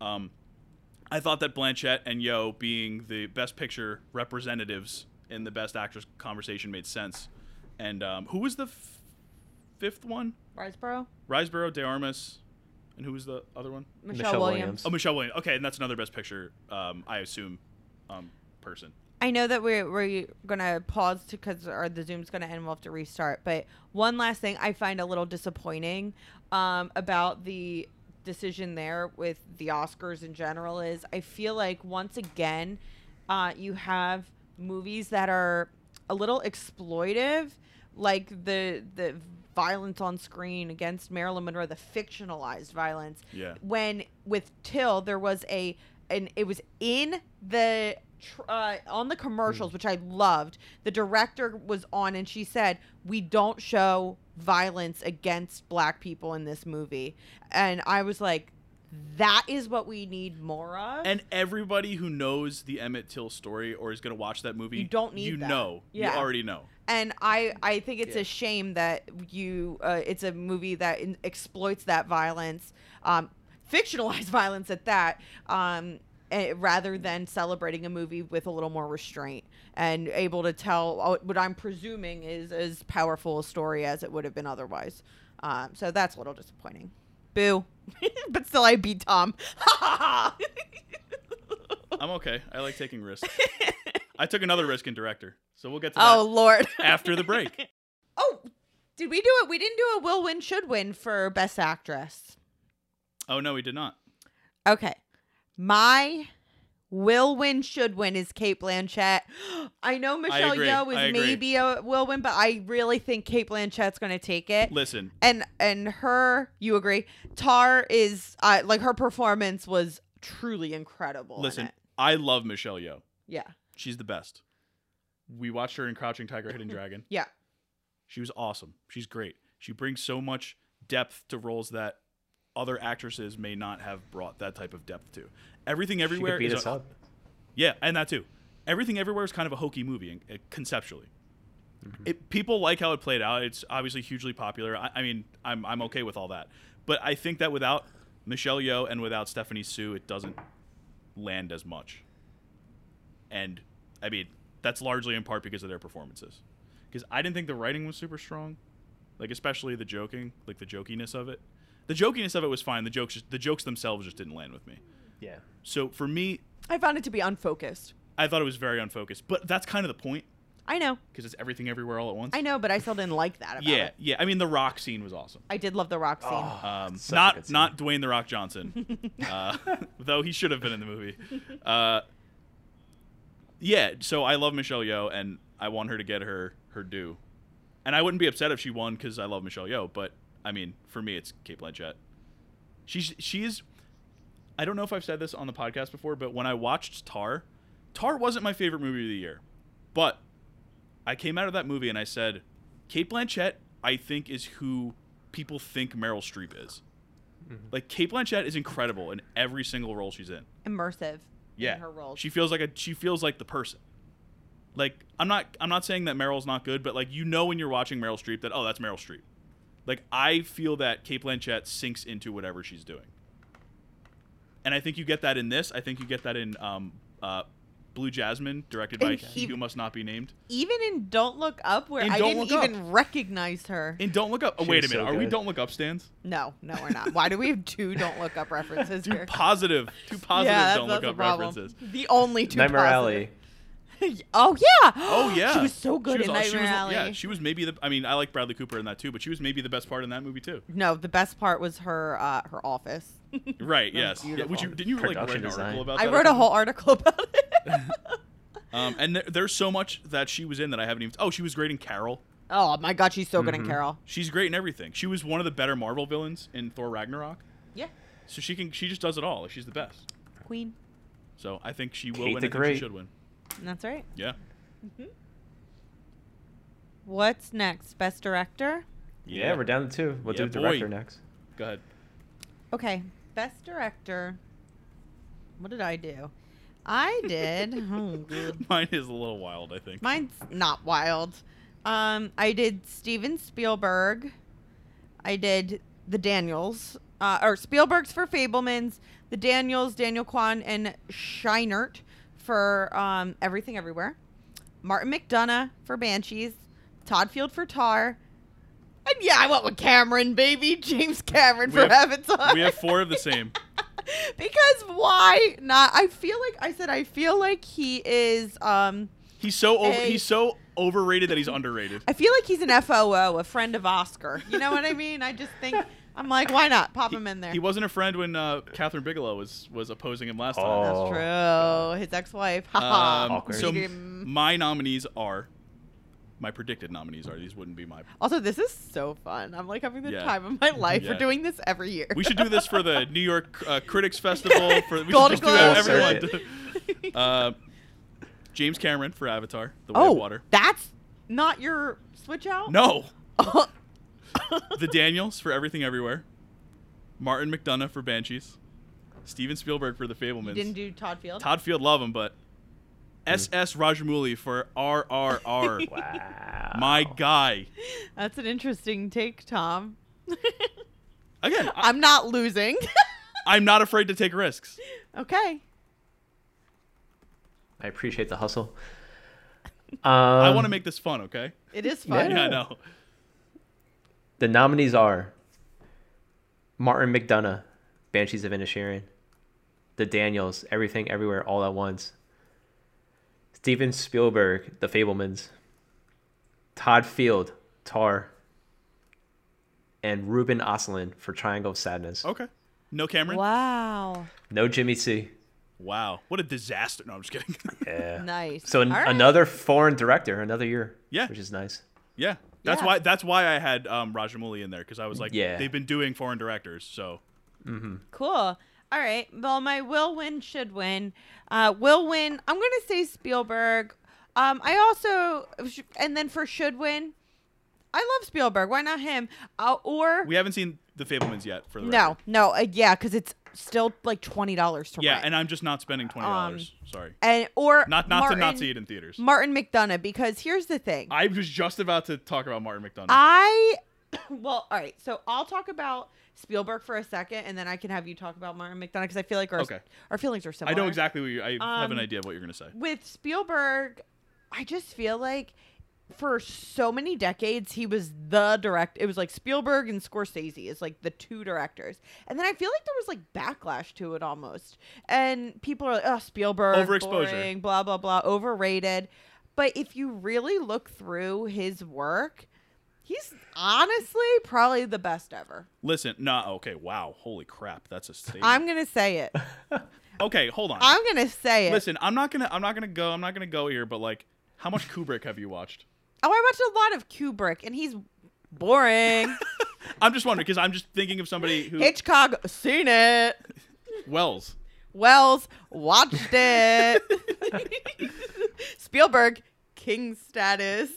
B: um, I thought that Blanchett and Yo being the Best Picture representatives in the Best Actress conversation made sense. And um, who was the f- fifth one?
A: Riseborough
B: Riseborough, De Armas, and who was the other one?
A: Michelle, Williams.
B: Oh, Michelle Williams. Okay, and that's another Best Picture, um, I assume, um, person.
A: I know that we're, we're gonna pause because or the Zoom's gonna end. We'll have to restart. But one last thing I find a little disappointing um, about the decision there with the Oscars in general is I feel like once again uh, you have movies that are a little exploitive, like the the violence on screen against Marilyn Monroe, the fictionalized violence
B: Yeah.
A: when with Till there was a and it was in the tr- uh, on the commercials, which I loved. The director was on and she said, "We don't show violence against black people in this movie," and I was like, "That is what we need more of."
B: And everybody who knows the Emmett Till story or is going to watch that movie,
A: You don't need
B: You
A: that.
B: know.
A: Yeah.
B: You already know.
A: and I I think it's
C: Yeah.
A: a shame that you uh, it's a movie that in, exploits that violence, um, fictionalized violence at that, um, eh, rather than celebrating a movie with a little more restraint and able to tell uh, what I'm presuming is as powerful a story as it would have been otherwise. Um, so that's a little disappointing. Boo. but still, I beat Tom.
B: I'm okay. I like taking risks. I took another risk in director, so we'll get to
A: oh
B: that
A: Lord.
B: after the break.
A: Oh, did we do it? We didn't do a will win should win for best actress.
B: Oh no, we did not.
A: Okay. My will win should win is Kate Blanchett. I know Michelle
B: agree.
A: Yeoh
B: I
A: is
B: agree.
A: maybe a will win, but I really think Kate Blanchett's going to take it.
B: Listen,
A: And and her, you agree? Tar is uh, like her performance was truly incredible. in
B: listen.
A: it.
B: I love Michelle Yeoh.
A: Yeah.
B: She's the best. We watched her in Crouching Tiger, Hidden Dragon.
A: Yeah.
B: She was awesome. She's great. She brings so much depth to roles that other actresses may not have brought that type of depth to. Everything
C: She could
B: everywhere
C: beat
B: is
C: us
B: a-
C: up.
B: Yeah, and that too. Everything Everywhere is kind of a hokey movie uh, conceptually. It, people like how it played out. It's obviously hugely popular. I, I mean, I'm, I'm okay with all that. But I think that without Michelle Yeoh and without Stephanie Sue, it doesn't land as much. And I mean, that's largely in part because of their performances. Because I didn't think the writing was super strong, like especially the joking, like the jokiness of it. The jokiness of it was fine. The jokes, the jokes themselves just didn't land with me.
C: Yeah.
B: So for me,
A: I found it to be unfocused.
B: I thought it was very unfocused, but that's kind of the point
A: I know.
B: because it's everything everywhere all at once.
A: I know, but I still didn't like that about
B: yeah,
A: it.
B: yeah. I mean, the rock scene was awesome.
A: I did love the rock scene.
C: Oh,
B: Um,
C: such a good
B: not
C: scene.
B: not Dwayne the Rock Johnson, uh, though he should have been in the movie. Uh, yeah, so I love Michelle Yeoh, and I want her to get her her due. And I wouldn't be upset if she won because I love Michelle Yeoh, but I mean, for me, it's Kate Blanchett. She's she is. I don't know if I've said this on the podcast before, but when I watched Tar, Tar wasn't my favorite movie of the year, but I came out of that movie and I said, Kate Blanchett, I think, is who people think Meryl Streep is.
C: Mm-hmm.
B: Like Kate Blanchett is incredible in every single role she's in.
A: Immersive.
B: Yeah,
A: In her role.
B: she feels like a she feels like the person. Like I'm not I'm not saying that Meryl's not good, but like you know when you're watching Meryl Streep that oh that's Meryl Streep. Like I feel that Kate Blanchett sinks into whatever she's doing. And I think you get that in this. I think you get that in um, uh, Blue Jasmine, directed by
A: And he-
B: he who must not be named.
A: even in Don't Look Up, where
B: In
A: I
B: Don't
A: didn't
B: Look Up.
A: even recognize her.
B: And don't look up. Oh,
C: She
B: wait a
C: was
B: minute.
C: so
B: Are we
C: good.
B: don't look up stands?
A: No, no, we're not. Why do we have two Don't Look Up references
B: Two
A: here?
B: positive, two positive
A: yeah, that's,
B: don't look
A: that's a
B: up
A: problem.
B: references.
A: The only two.
C: Nightmare
A: positive.
C: Alley.
A: oh yeah.
B: Oh yeah,
A: She was so good
B: She was
A: in
B: aw-
A: Nightmare
B: she was-
A: Alley.
B: Yeah, she was maybe the. I mean, I like Bradley Cooper in that too, but she was maybe the best part in that movie too.
A: no, the best part was her uh, her office.
B: Right? Yes. Yeah, would
A: beautiful.
B: you? Didn't you like write
C: Production
B: an
C: design.
B: article about that?
A: I
B: or
A: wrote a
B: something?
A: whole article about it.
B: Um, and there, there's so much that she was in that I haven't even. Oh, she was great in Carol.
A: oh my god, she's so good
C: Mm-hmm.
A: in Carol.
B: She's great in everything. She was one of the better Marvel villains in Thor Ragnarok.
A: Yeah,
B: So she can. She just does it all. Like, She's the best.
A: Queen.
B: So I think she will win.
C: Kate the
B: I think
C: Great.
B: she should win.
A: That's right. Mm-hmm.
B: Yeah. Mm-hmm.
A: What's next? Best director?
C: Yeah, we're down to two. We'll
B: Yeah,
C: do director
B: boy.
C: next.
B: Go ahead.
A: Okay, best director. What did I do? I did. oh, good.
B: Mine is a little wild. I think.
A: Mine's not wild. Um, I did Steven Spielberg. I did the Daniels, uh, or Spielberg's for Fablemans, the Daniels, Daniel Kwan, and Scheinert for um, Everything Everywhere. Martin McDonough for Banshees. Todd Field for Tar. And yeah, I went with Cameron, baby. James Cameron
B: We
A: for
B: have-
A: Avatar.
B: we have four of the same.
A: because why not? I feel like I said I feel like he is um
B: He's so over,
A: Hey.
B: he's so overrated that he's underrated.
A: I feel like he's an FOO, a friend of Oscar. You know what I mean? I just think I'm like, why not pop him in there?
B: He wasn't a friend when uh, Catherine Bigelow was was opposing him last
C: Oh.
B: time.
A: That's true. His ex-wife. Ha
B: Um,
A: ha.
C: Awkward.
B: so
A: Beat
B: m-
A: him.
B: my nominees are, my predicted nominees are. These wouldn't be my.
A: also, this is so fun. I'm like having the
B: Yeah.
A: time of my life.
B: Yeah.
A: We're doing this every year.
B: We should do this for the New York uh, Critics Festival. For we should
A: Golden
B: just do that
C: Globes.
B: everyone. uh, James Cameron for Avatar: The Way
A: oh,
B: of Water.
A: that's not your switch out. Oh,
B: No,
A: No.
B: the Daniels for Everything Everywhere. Martin McDonough for Banshees. Steven Spielberg for The
A: you
B: Fablemans.
A: didn't do Todd Field.
B: Todd Field love him, but
C: Mm.
B: S.S. Rajamouli for RRR.
C: Wow.
B: My guy.
A: That's an interesting take, Tom.
B: Again, I,
A: I'm not losing.
B: I'm not afraid to take risks.
A: okay.
C: I appreciate the hustle. Um,
B: I want to make this fun, okay?
A: It is fun.
B: Yeah, I know.
C: The nominees are Martin McDonough, Banshees of Inisherin, The Daniels, Everything Everywhere All at Once, Steven Spielberg, The Fablemans, Todd Field, Tar, and Ruben Oslin for Triangle of Sadness.
B: Okay. No Cameron?
A: Wow.
C: No Jimmy C.
B: Wow. What a disaster. No, I'm just kidding.
C: Yeah.
A: Nice.
C: So an-
A: All right.
C: another foreign director, another year.
B: Yeah.
C: Which is nice.
B: yeah. That's
A: Yeah.
B: why that's why I had um Rajamouli in there because I was like,
C: Yeah.
B: they've been doing foreign directors, so
A: Cool. All right. Well, my will win should win. Uh, will win. I'm gonna say Spielberg. Um, I also and then for should win, I love Spielberg. Why not him? Uh, or
B: we haven't seen the Fablemans yet for the
A: no,
B: record.
A: no, uh, yeah, because it's still like twenty dollars to
B: Yeah,
A: rent.
B: and I'm just not spending twenty dollars. Sorry.
A: and or
B: Not not
A: Um, Martin,
B: to not see it in theaters.
A: Martin McDonough because here's the thing.
B: I was just about to talk about Martin McDonough.
A: Uh, I well, all right. So I'll talk about Spielberg for a second, and then I can have you talk about Martin McDonough because I feel like our
B: Okay.
A: our feelings are similar.
B: I know exactly what you I have an
A: Um,
B: idea of what you're gonna say.
A: with Spielberg, I just feel like for so many decades he was the direct. It was like Spielberg and Scorsese is like the two directors, and then I feel like there was like backlash to it almost, and people are like, "Oh, Spielberg,
B: Overexposure.
A: boring, blah blah blah, overrated." But if you really look through his work, he's honestly probably the best ever.
B: Listen, nah, okay, wow, holy crap, that's a statement.
A: I'm gonna say it.
B: okay, hold on.
A: I'm gonna say it.
B: Listen, I'm not gonna I'm not gonna go I'm not gonna go here, but like how much Kubrick have you watched?
A: Oh, I watched a lot of Kubrick, and he's boring.
B: I'm just wondering because I'm just thinking of somebody who
A: Hitchcock seen it.
B: Wells.
A: Wells watched it. Spielberg king status.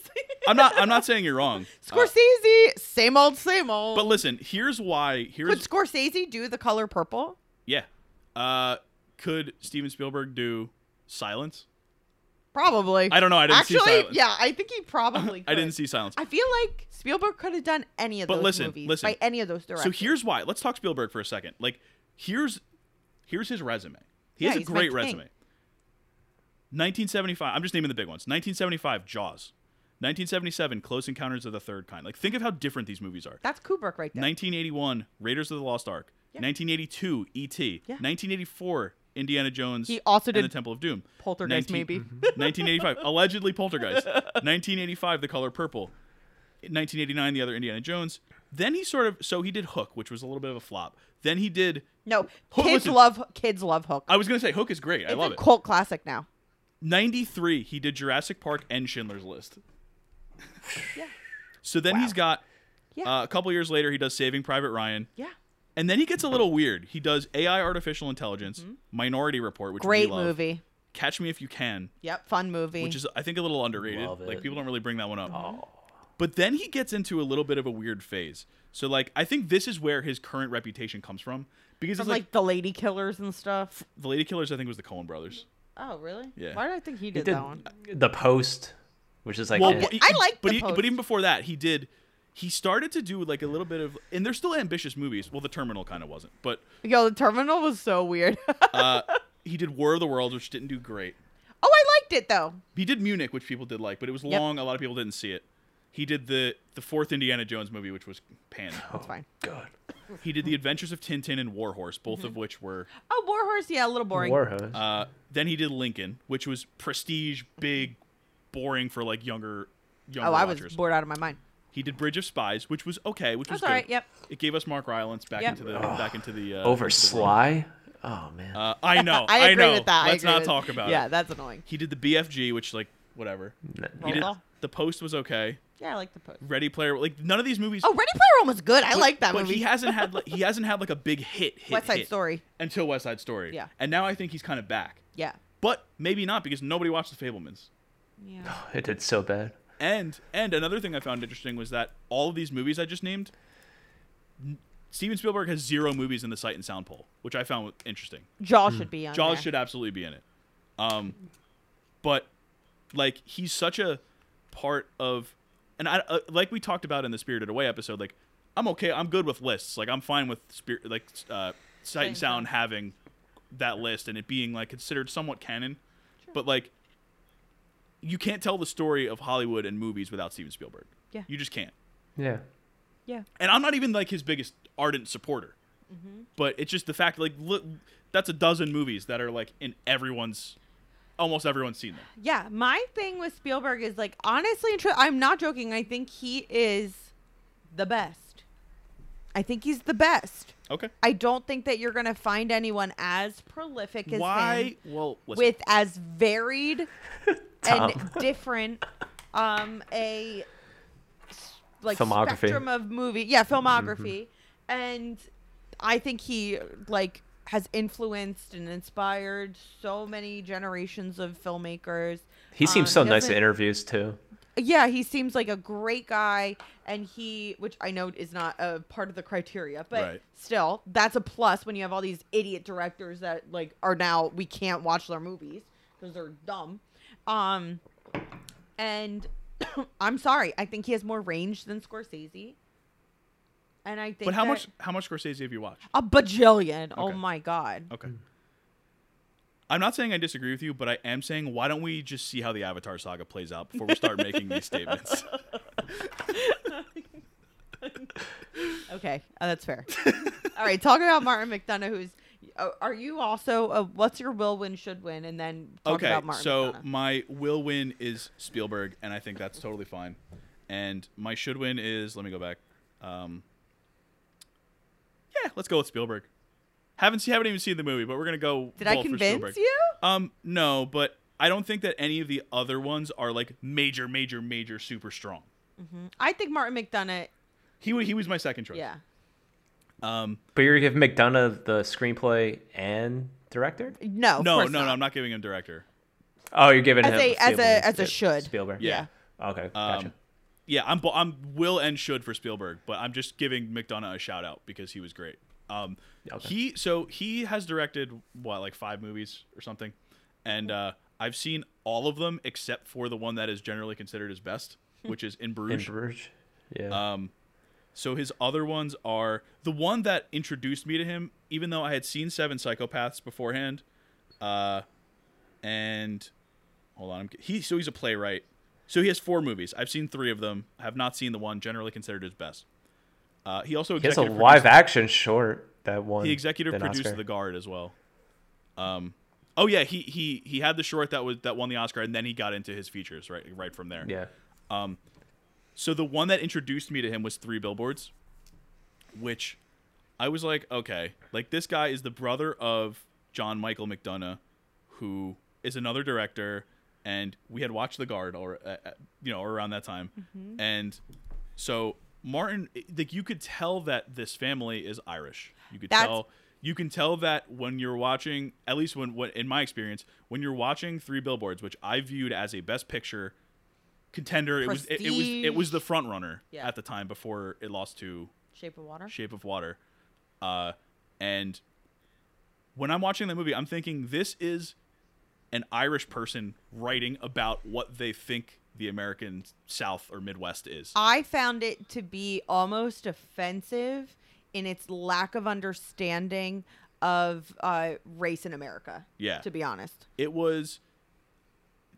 B: I'm not I'm not saying you're wrong. Uh,
A: Scorsese same old same old.
B: but listen, here's why
A: Could
B: here's
A: Scorsese do the color purple?
B: yeah. Uh could Steven Spielberg do Silence?
A: Probably.
B: I don't know, I didn't see
A: Actually,
B: Silence.
A: yeah, I think he probably.
B: I didn't
A: could.
B: see Silence.
A: I feel like Spielberg could have done any of
B: But
A: those
B: listen,
A: movies
B: listen.
A: by any of those directors.
B: So here's why. Let's talk Spielberg for a second. Like, here's here's his resume. He
A: Yeah,
B: has a
A: he's
B: great
A: my king.
B: resume. 1975. I'm just naming the big ones. 1975, Jaws. 1977, Close Encounters of the Third Kind. Like, think of how different these movies are.
A: that's Kubrick right there.
B: 1981, Raiders of the Lost Ark. E
A: Yeah.
B: 1982, E.T.
A: Yeah.
B: 1984, Indiana Jones.
A: He also
B: and
A: did
B: the Temple of Doom.
A: Poltergeist,
B: 19
A: maybe.
B: 1985, Mm-hmm. allegedly Poltergeist. 1985, The Color Purple. 1989, the other Indiana Jones. Then he sort of so he did Hook, which was a little bit of a flop. Then he did.
A: No, kids
B: Hook- listen.
A: love kids love Hook.
B: I was gonna say Hook is great. I
A: it's
B: love
A: a
B: it.
A: cult classic now.
B: 93, he did Jurassic Park and Schindler's List.
A: Yeah.
B: So then he's got
A: Yeah.
B: uh, a couple years later, he does Saving Private Ryan.
A: Yeah.
B: And then he gets a little weird. He does AI Artificial Intelligence, Minority Report, which
A: Mm-hmm. Great
B: we love,
A: movie.
B: Catch Me If You Can,
A: Yep, fun movie.
B: which is I think a little underrated.
E: Love
B: Like
E: it.
B: people don't really bring that one up. But then he gets into a little bit of a weird phase. So like I think this is where his current reputation comes from because
A: From,
B: it's like,
A: like the lady killers and stuff.
B: the Lady Killers I think was the Coen brothers.
A: Oh, really?
B: Yeah.
A: Why did I think he did,
C: did
A: that one?
C: the post, which is like
B: Well,
C: his-
B: but he-
A: I like
B: but
A: the
B: he-
A: post.
B: but even before that, he did. He started to do like a little bit of, and they're still ambitious movies. Well, the Terminal kind of wasn't, but
A: Yo, the terminal was so weird. oh,
B: uh, he did War of the Worlds, which didn't do great.
A: I liked it though.
B: He did Munich, which people did like, but it was
A: Yep.
B: long. A lot of people didn't see it. He did the the fourth Indiana Jones movie, which was panned.
A: It's fine.
C: God.
B: he did the Adventures of Tintin and Warhorse, both of which were.
A: Oh, Warhorse, yeah, a little boring.
C: Warhorse.
B: Uh, then he did Lincoln, which was prestige, big, boring for like younger younger
A: oh, I was
B: watchers.
A: bored out of my mind.
B: He did Bridge of Spies, which was okay, which was
A: That's all right.
B: good.
A: Yep.
B: It gave us Mark Rylance back
A: Yep.
B: into the back into the uh,
C: Over
B: into the room.
C: Sly. Oh man.
B: Uh, I know.
A: I agree
B: know.
A: with that. I
B: Let's
A: agree
B: not
A: with-
B: talk about
A: Yeah,
B: it.
A: that's annoying.
B: He did the BFG, which like whatever. He
A: Roll
B: did,
A: call.
B: the post was okay.
A: Yeah, I like the post.
B: Ready Player like none of these movies.
A: Oh, Ready Player One was good. I
B: but-
A: like that
B: but
A: movie.
B: he hasn't had like, he hasn't had like a big hit. hit
A: West Side
B: hit
A: Story.
B: until West Side Story.
A: Yeah.
B: and now I think he's kind of back,
A: Yeah.
B: but maybe not because nobody watched The Fablemans.
A: Yeah.
C: it did so bad.
B: And and another thing I found interesting was that all of these movies I just named, n- Steven Spielberg has zero movies in the Sight and Sound poll, which I found interesting.
A: Jaw should be on.
B: Jaws
A: there.
B: Mm. should absolutely be in it. Um, but like he's such a part of, and I uh, like we talked about in the Spirited Away episode. Like I'm okay, I'm good with lists. Like I'm fine with spirit, like uh, sight and
A: Sight and
B: sound having that list and it being like considered somewhat canon. But like, you can't tell the story of Hollywood and movies without Steven Spielberg.
A: Yeah.
B: you just can't
C: Yeah.
A: Yeah.
B: and I'm not even like his biggest ardent supporter, but it's just the fact like look, that's a dozen movies that are like in everyone's, almost everyone's seen them.
A: Yeah, my thing with Spielberg is like honestly, and tru- I'm not joking. I think he is the best. I think he's the best.
B: Okay,
A: I don't think that you're gonna find anyone as prolific as him
B: why? Well, listen,
A: with as varied
C: Tom.
A: and different um a s- like
C: Filmography. Mm-hmm.
A: spectrum of movie yeah filmography and i think he like has influenced and inspired so many generations of filmmakers
C: He seems
A: Um,
C: so nice in
A: doesn't-
C: interviews too.
A: yeah he seems like a great guy and he which i know is not a part of the criteria but
B: Right.
A: still that's a plus when you have all these idiot directors that like are now we can't watch their movies because they're dumb um and i'm sorry i think he has more range than scorsese and i think
B: but how
A: that-
B: much? How much Scorsese have you watched?
A: a bajillion oh
B: Okay.
A: my god
B: Okay. I'm not saying I disagree with you, but I am saying why don't we just see how the Avatar saga plays out before we start making these statements?
A: Okay, uh, that's fair. All right, talk about Martin McDonough, who's. uh, Are you also a, what's your will win should win, and then talk
B: okay,
A: about Martin.
B: so
A: McDonough.
B: my will win is Spielberg, and I think that's totally fine. And my should win is let me go back. Um, yeah, let's go with Spielberg. Haven't seen, haven't even seen the movie, but we're gonna go.
A: did I
B: bold for
A: convince
B: Spielberg.
A: you?
B: Um, no, but I don't think that any of the other ones are like major, major, major, super strong.
A: I think Martin McDonough.
B: He wa- he was my second choice.
A: Yeah,
B: Um,
C: But you're giving McDonough the screenplay and director?
A: no, of
B: no, no,
A: course
B: no,
A: not.
B: I'm not giving him director.
C: Oh, you're giving
A: As
C: him
A: a- as a-
C: Spielberg-
A: as a should.
C: Spielberg.
B: Yeah.
C: Okay. Gotcha.
B: Um, yeah, I'm bo- I'm will and should for Spielberg, but I'm just giving McDonough a shout out because he was great. Um,
C: Okay.
B: he so he has directed what like five movies or something, and uh, I've seen all of them except for the one that is generally considered his best, which is In
C: In
B: Bruges.
C: Bruges. Yeah.
B: Um, so his other ones are the one that introduced me to him, even though I had seen Seven Psychopaths beforehand. Uh, and hold on, I'm, he so he's a playwright. So he has four movies. I've seen three of them. I have not seen the one generally considered his best. Uh, he also
C: he has a
B: executive
C: live
B: produced,
C: action short that one.
B: he executive
C: an
B: produced
C: Oscar.
B: The Guard as well. Um, oh yeah, he he he had the short that was that won the Oscar, and then he got into his features right right from there.
C: Yeah.
B: So the one that introduced me to him was Three Billboards, which I was like, okay, like this guy is the brother of John Michael McDonough, who is another director, and we had watched The Guard or uh, uh, you know around that time, and so Martin, i- like you could tell that this family is Irish. You could
A: That's-
B: tell. You can tell that when you're watching, at least when, when in my experience, when you're watching Three Billboards, which I viewed as a Best Picture contender, it was it, it was it was
A: Prestige.
B: the front runner
A: Yeah.
B: at the time before it lost to
A: Shape of Water.
B: Shape of Water. Uh, and when I'm watching that movie, I'm thinking this is an Irish person writing about what they think the American South or Midwest is.
A: I found it to be almost offensive in its lack of understanding of uh, race in America.
B: Yeah.
A: To be honest.
B: It was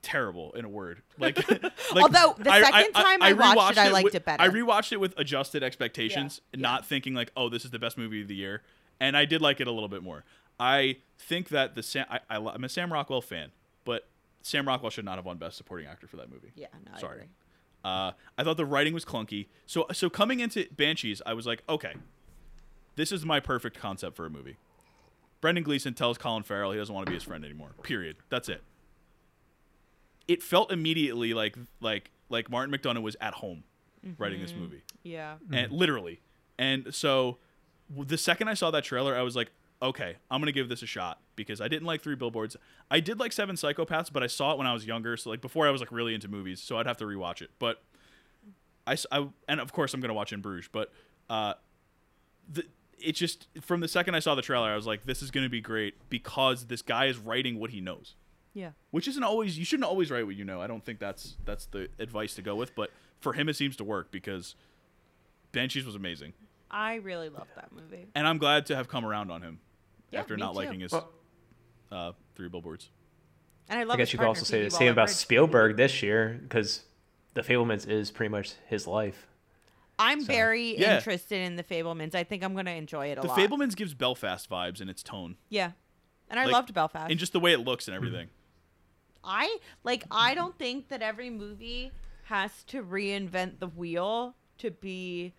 B: terrible in a word. Like, like
A: Although, the second time I watched
B: rewatched
A: it, I liked
B: with-
A: it better.
B: I rewatched it with adjusted expectations,
A: Yeah.
B: not thinking like, "Oh, this is the best movie of the year," and I did like it a little bit more. I think that the Sam, I, I, lo- I'm a Sam Rockwell fan, but Sam Rockwell should not have won Best Supporting Actor for that movie.
A: Yeah. No, I
B: Sorry.
A: agree.
B: Uh, I thought the writing was clunky. So so coming into Banshees, I was like, okay, this is my perfect concept for a movie. Brendan Gleeson tells Colin Farrell he doesn't want to be his friend anymore. Period. That's it. It felt immediately like like like Martin McDonough was at home writing
A: Mm-hmm.
B: this movie
A: Yeah.
B: and literally. And so, w- the second I saw that trailer, I was like, okay, I'm gonna give this a shot because I didn't like Three Billboards. I did like Seven Psychopaths, but I saw it when I was younger, so like before I was like really into movies, so I'd have to rewatch it. But I, s- I- and of course I'm gonna watch In Bruges, but uh, the it just from the second I saw the trailer, I was like, this is gonna be great because this guy is writing what he knows
A: Yeah.
B: which isn't always you shouldn't always write what you know. I don't think that's that's the advice to go with, but for him it seems to work because Banshees was amazing,
A: I really loved that movie.
B: and I'm glad to have come around on him
A: Yeah,
B: after
A: me
B: not
A: too.
B: liking his
C: Well-
B: uh, three billboards.
A: And I love.
C: I guess
A: his
C: you could
A: partner,
C: also say
A: Phoebe
C: the same about
A: Waller-Bridge.
C: Spielberg this year because The Fablemans is pretty much his life.
A: I'm
C: so-
A: very
B: Yeah.
A: interested in the Fablemans. I think I'm going to enjoy it a
B: The
A: lot.
B: Fablemans gives Belfast vibes in its tone
A: Yeah. And I
B: Like,
A: loved Belfast.
B: and just the way it looks and everything.
A: I like I don't think that every movie has to reinvent the wheel to be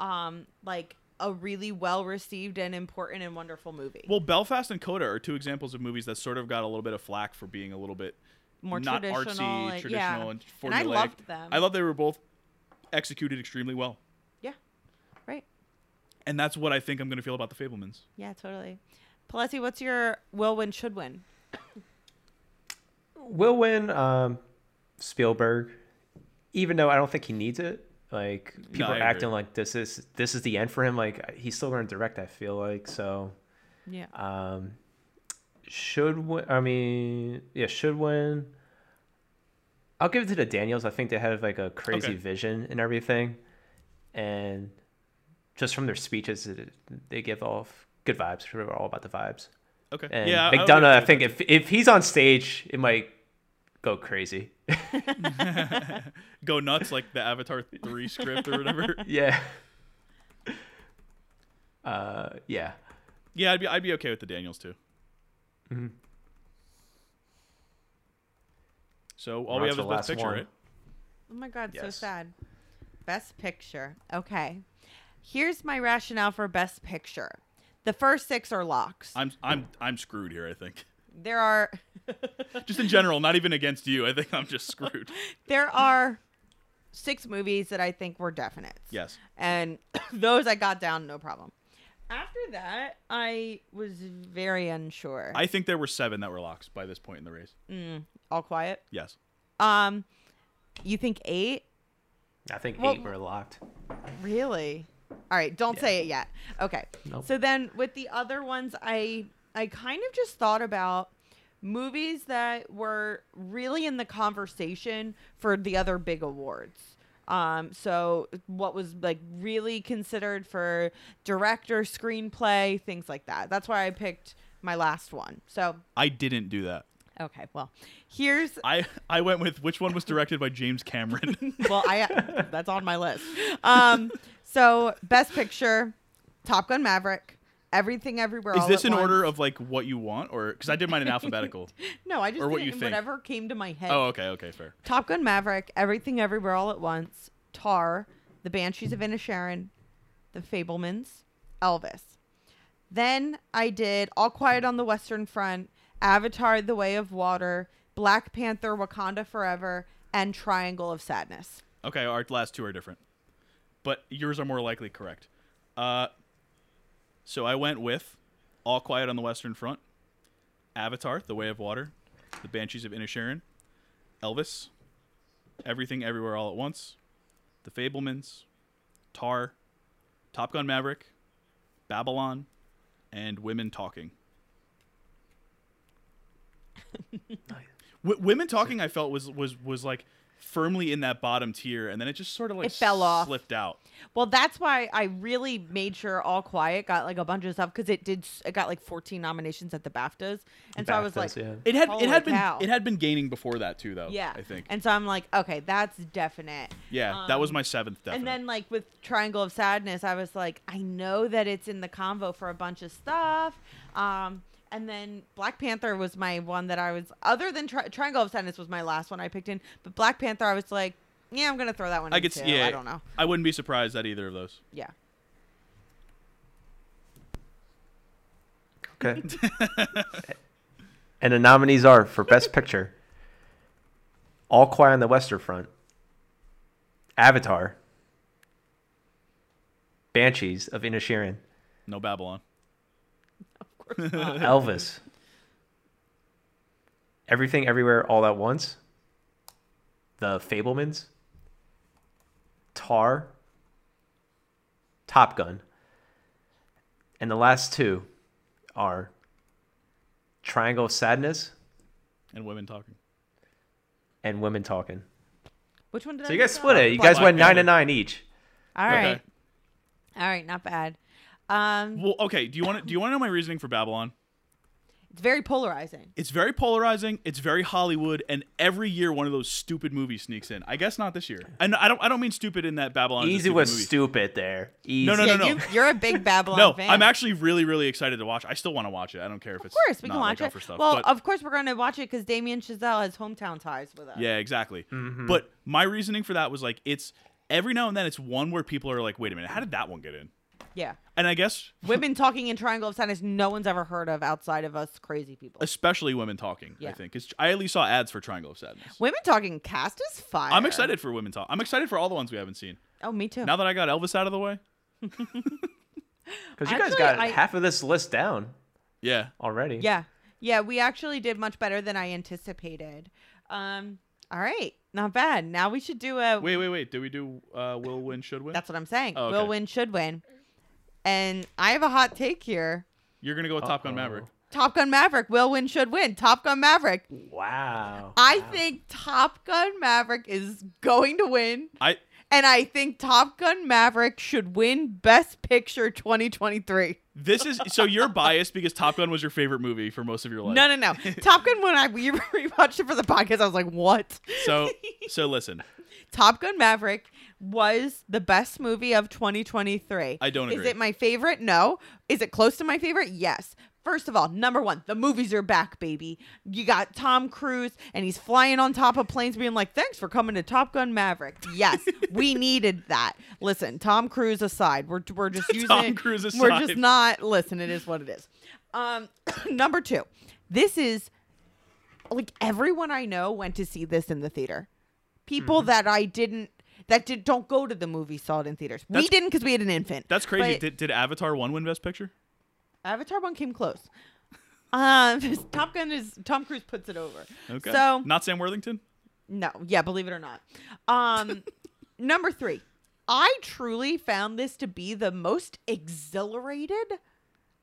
A: um like a really well received and important and wonderful movie.
B: Well, Belfast and Coda are two examples of movies that sort of got a little bit of flack for being a little bit
A: More
B: not
A: traditional,
B: artsy,
A: like-
B: traditional,
A: yeah.
B: and formulaic.
A: And I loved them.
B: I love they were both executed extremely well,
A: yeah. Right.
B: and that's what I think I'm going to feel about the Fablemans.
A: Yeah, totally. Palesi, what's your will win should win?
C: Will win um, Spielberg, even though I don't think he needs it. Like people
B: I
C: are
B: agree.
C: acting like this is this is the end for him. Like he's still going to direct. I feel like so.
A: Yeah.
C: Um, should win. I mean, yeah, should win. I'll give it to the Daniels. I think they have like a crazy
B: Okay.
C: vision and everything, and just from their speeches, it, they give off good vibes. 'cause We're all about the vibes.
B: Okay.
C: And
B: yeah, I- I would
C: McDonough, I,
B: agree.
C: think if if he's on stage, it might go crazy.
B: go nuts like the Avatar 3 script or whatever.
C: yeah. Uh, yeah.
B: Yeah, I'd be I'd be okay with the Daniels too.
A: Mm-hmm.
B: So all
C: We're
B: we have is
C: on to the
B: best
C: last
B: picture,
C: one.
B: right?
A: Oh my God, so
C: Yes.
A: sad. Best picture. Okay. Here's my rationale for best picture. The first six are locks.
B: I'm I'm I'm screwed here, I think.
A: There are
B: Just in general, not even against you. I think I'm just screwed.
A: there are six movies that I think were definite.
B: Yes.
A: And those I got down no problem. After that, I was very unsure.
B: I think there were seven that were locks by this point in the race.
A: All quiet.
B: Yes.
A: Um you think 8?
C: I think
A: Well-
C: eight were locked.
A: Really? All right, don't say it yet. Okay.
C: Nope.
A: So then with the other ones, I I kind of just thought about movies that were really in the conversation for the other big awards. Um, so what was like really considered for director, screenplay, things like that. That's why I picked my last one. So
B: I didn't do that.
A: okay, well, here's
B: I I went with which one was directed by James Cameron.
A: well, I that's on my list. Um, so best picture, Top Gun Maverick, everything everywhere.
B: Is
A: all
B: this
A: at
B: in order
A: once.
B: of like what you want, or because I did mine in alphabetical?
A: No, I just
B: or what
A: did it
B: you
A: in
B: think?
A: whatever came to my head.
B: oh, okay, okay, fair.
A: Top Gun Maverick, Everything Everywhere All at Once, Tar, The Banshees of Inisharan, The Fablemans, Elvis. Then I did All Quiet on the Western Front, Avatar: The Way of Water, Black Panther: Wakanda Forever, and Triangle of Sadness.
B: Okay, our last two are different, but yours are more likely correct. Uh, so I went with All Quiet on the Western Front, Avatar: The Way of Water, The Banshees of Inisherin, Elvis, Everything Everywhere All at Once, The Fablemans, Tar, Top Gun: Maverick, Babylon, and Women Talking. W- women talking, I felt was was was like firmly in that bottom tier, and then it just sort of like
A: It fell off.
B: slipped out.
A: Well, that's why I really made sure All Quiet got like a bunch of stuff because it did. s- It got like 14 nominations at the BAFTAs, and so I was
C: BAFTAs,
A: like,
C: yeah.
B: It had
A: Holy
B: it had been
A: cow.
B: it had been gaining before that too, though.
A: yeah,
B: I think.
A: And so I'm like, okay, that's definite.
B: yeah, that was
A: Um,
B: my seventh. Definite.
A: And then like with Triangle of Sadness, I was like, I know that it's in the convo for a bunch of stuff. Um, and then Black Panther was my one that I was other than tri- Triangle of Sadness was my last one I picked in, but Black Panther I was like, yeah, I'm gonna throw that one.
B: I
A: in
B: could
A: too.
B: s- yeah.
A: I don't know.
B: I wouldn't be surprised at either of those.
A: Yeah.
C: Okay. and the nominees are for Best Picture All Quiet on the Western Front, Avatar, Banshees of Inisherin,
B: No Babylon.
A: Of course. not.
C: Elvis, Everything Everywhere All at Once, The Fablemans, Tar, Top Gun. And the last two are Triangle of Sadness
B: And women talking.
C: and Women Talking.
A: Which one did
C: So
A: I
C: you guys
A: miss out?
C: split it. You guys
B: Black
C: went nine
B: Panther.
C: and nine each.
A: All
B: Okay.
A: right. All right, not bad. Um,
B: Well, okay. Do you want to do you want to know my reasoning for Babylon?
A: it's very polarizing.
B: It's very polarizing. It's very Hollywood, and every year one of those stupid movies sneaks in. I guess not this year. And I don't I don't mean stupid in that Babylon. is a
C: Easy
B: stupid
C: was
B: movie.
C: stupid there. Easy.
B: No,
A: yeah,
B: no,
A: You, you're a big Babylon
B: No,
A: fan.
B: I'm actually really really excited to watch. I still want to watch it. I don't care if it's
A: Of course, we
B: not
A: can watch
B: like
A: it.
B: Offer stuff,
A: well,
B: but-
A: of course, we're going to watch it because Damien Chazelle has hometown ties with us.
B: Yeah, exactly.
A: Mm-hmm.
B: But my reasoning for that was like it's every now and then it's one where people are like, wait a minute, how did that one get in?
A: Yeah.
B: And I guess
A: Women talking in Triangle of Sadness, no one's ever heard of outside of us crazy people.
B: especially women talking. I
A: Yeah.
B: think 'Cause I at least saw ads for Triangle of Sadness.
A: Women talking cast is fire.
B: I'm excited for women talk. I'm excited for all the ones we haven't seen.
A: Oh, me too.
B: Now that I got Elvis out of the way,
C: Because you guys
A: Actually,
C: got
A: I-
C: half of this list down
B: yeah,
C: already.
A: yeah. Yeah, we actually did much better than I anticipated. Um, all right. Not bad. Now we should do a.
B: Wait, wait, wait. Did we do uh, will win, should win?
A: That's what I'm saying.
B: Oh, okay.
A: Will win, should win. And I have a hot take here.
B: You're gonna go with Top Gun
C: Uh-oh.
B: Maverick.
A: Top Gun Maverick, Will win, should win. Top Gun Maverick.
C: Wow.
A: I
C: Wow.
A: think Top Gun Maverick is going to win.
B: I
A: And I think Top Gun Maverick should win Best Picture 2023.
B: this is so you're biased because Top Gun was your favorite movie for most of your life.
A: No, no, no. Top Gun, when I we rewatched it for the podcast, I was like, what?
B: So so listen,
A: Top Gun Maverick was the best movie of 2023.
B: I don't
A: Is
B: agree.
A: it my favorite? No. Is it close to my favorite? Yes. First of all, number one, the movies are back, baby. You got Tom Cruise, and he's flying on top of planes, being like, "Thanks for coming to Top Gun Maverick." Yes, we needed that. Listen, Tom Cruise aside, we're we're just using
B: Tom
A: it-
B: Cruise
A: We're
B: aside.
A: just not. Listen, it is what it is. Um, number two, this is like everyone I know went to see this in the theater. People
B: Mm-hmm.
A: that I didn't that did don't go to the movie saw it in theaters. we
B: That's-
A: didn't because we had an infant.
B: that's crazy.
A: But
B: Did, did Avatar one win Best Picture?
A: Avatar one came close. Um, Top Gun is Tom Cruise puts it over.
B: Okay.
A: So
B: not Sam Worthington.
A: no, yeah, believe it or not. Um, number three, I truly found this to be the most exhilarated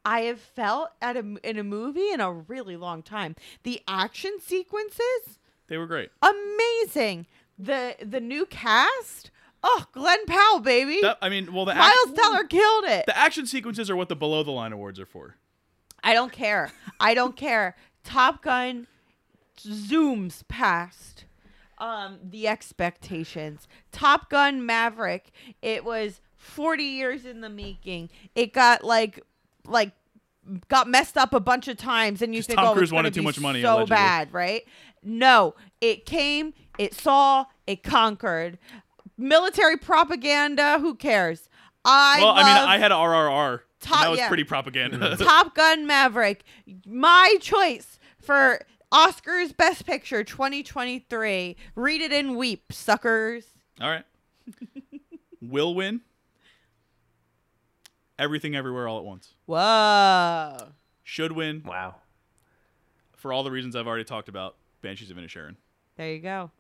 A: I have felt at a, in a movie in a really long time. The action sequences.
B: They were great.
A: amazing. The the new cast. Oh, Glenn Powell, baby.
B: That, I mean, well, the ac-
A: Miles Teller killed it.
B: the action sequences are what the below the line awards are for.
A: I don't care. I don't care. Top Gun zooms past um, the expectations. Top Gun Maverick. It was 40 years in the making. It got like like got messed up a bunch of times and you
B: 'Cause
A: think
B: Tom
A: oh, it's
B: Cruise
A: gonna
B: wanted too
A: be
B: much money,
A: so
B: allegedly.
A: bad right no it came it saw it conquered military propaganda who cares I
B: well, I mean,
A: love
B: I had RRR. and
A: Top-
B: that was
A: yeah.
B: pretty propaganda.
A: Top Gun Maverick, my choice for Oscars Best Picture 2023. Read it and weep, suckers.
B: All right. Will win. Everything, everywhere, all at once.
A: Whoa.
B: Should win
C: Wow.
B: for all the reasons I've already talked about. Banshees of Inisherin.
A: There you go.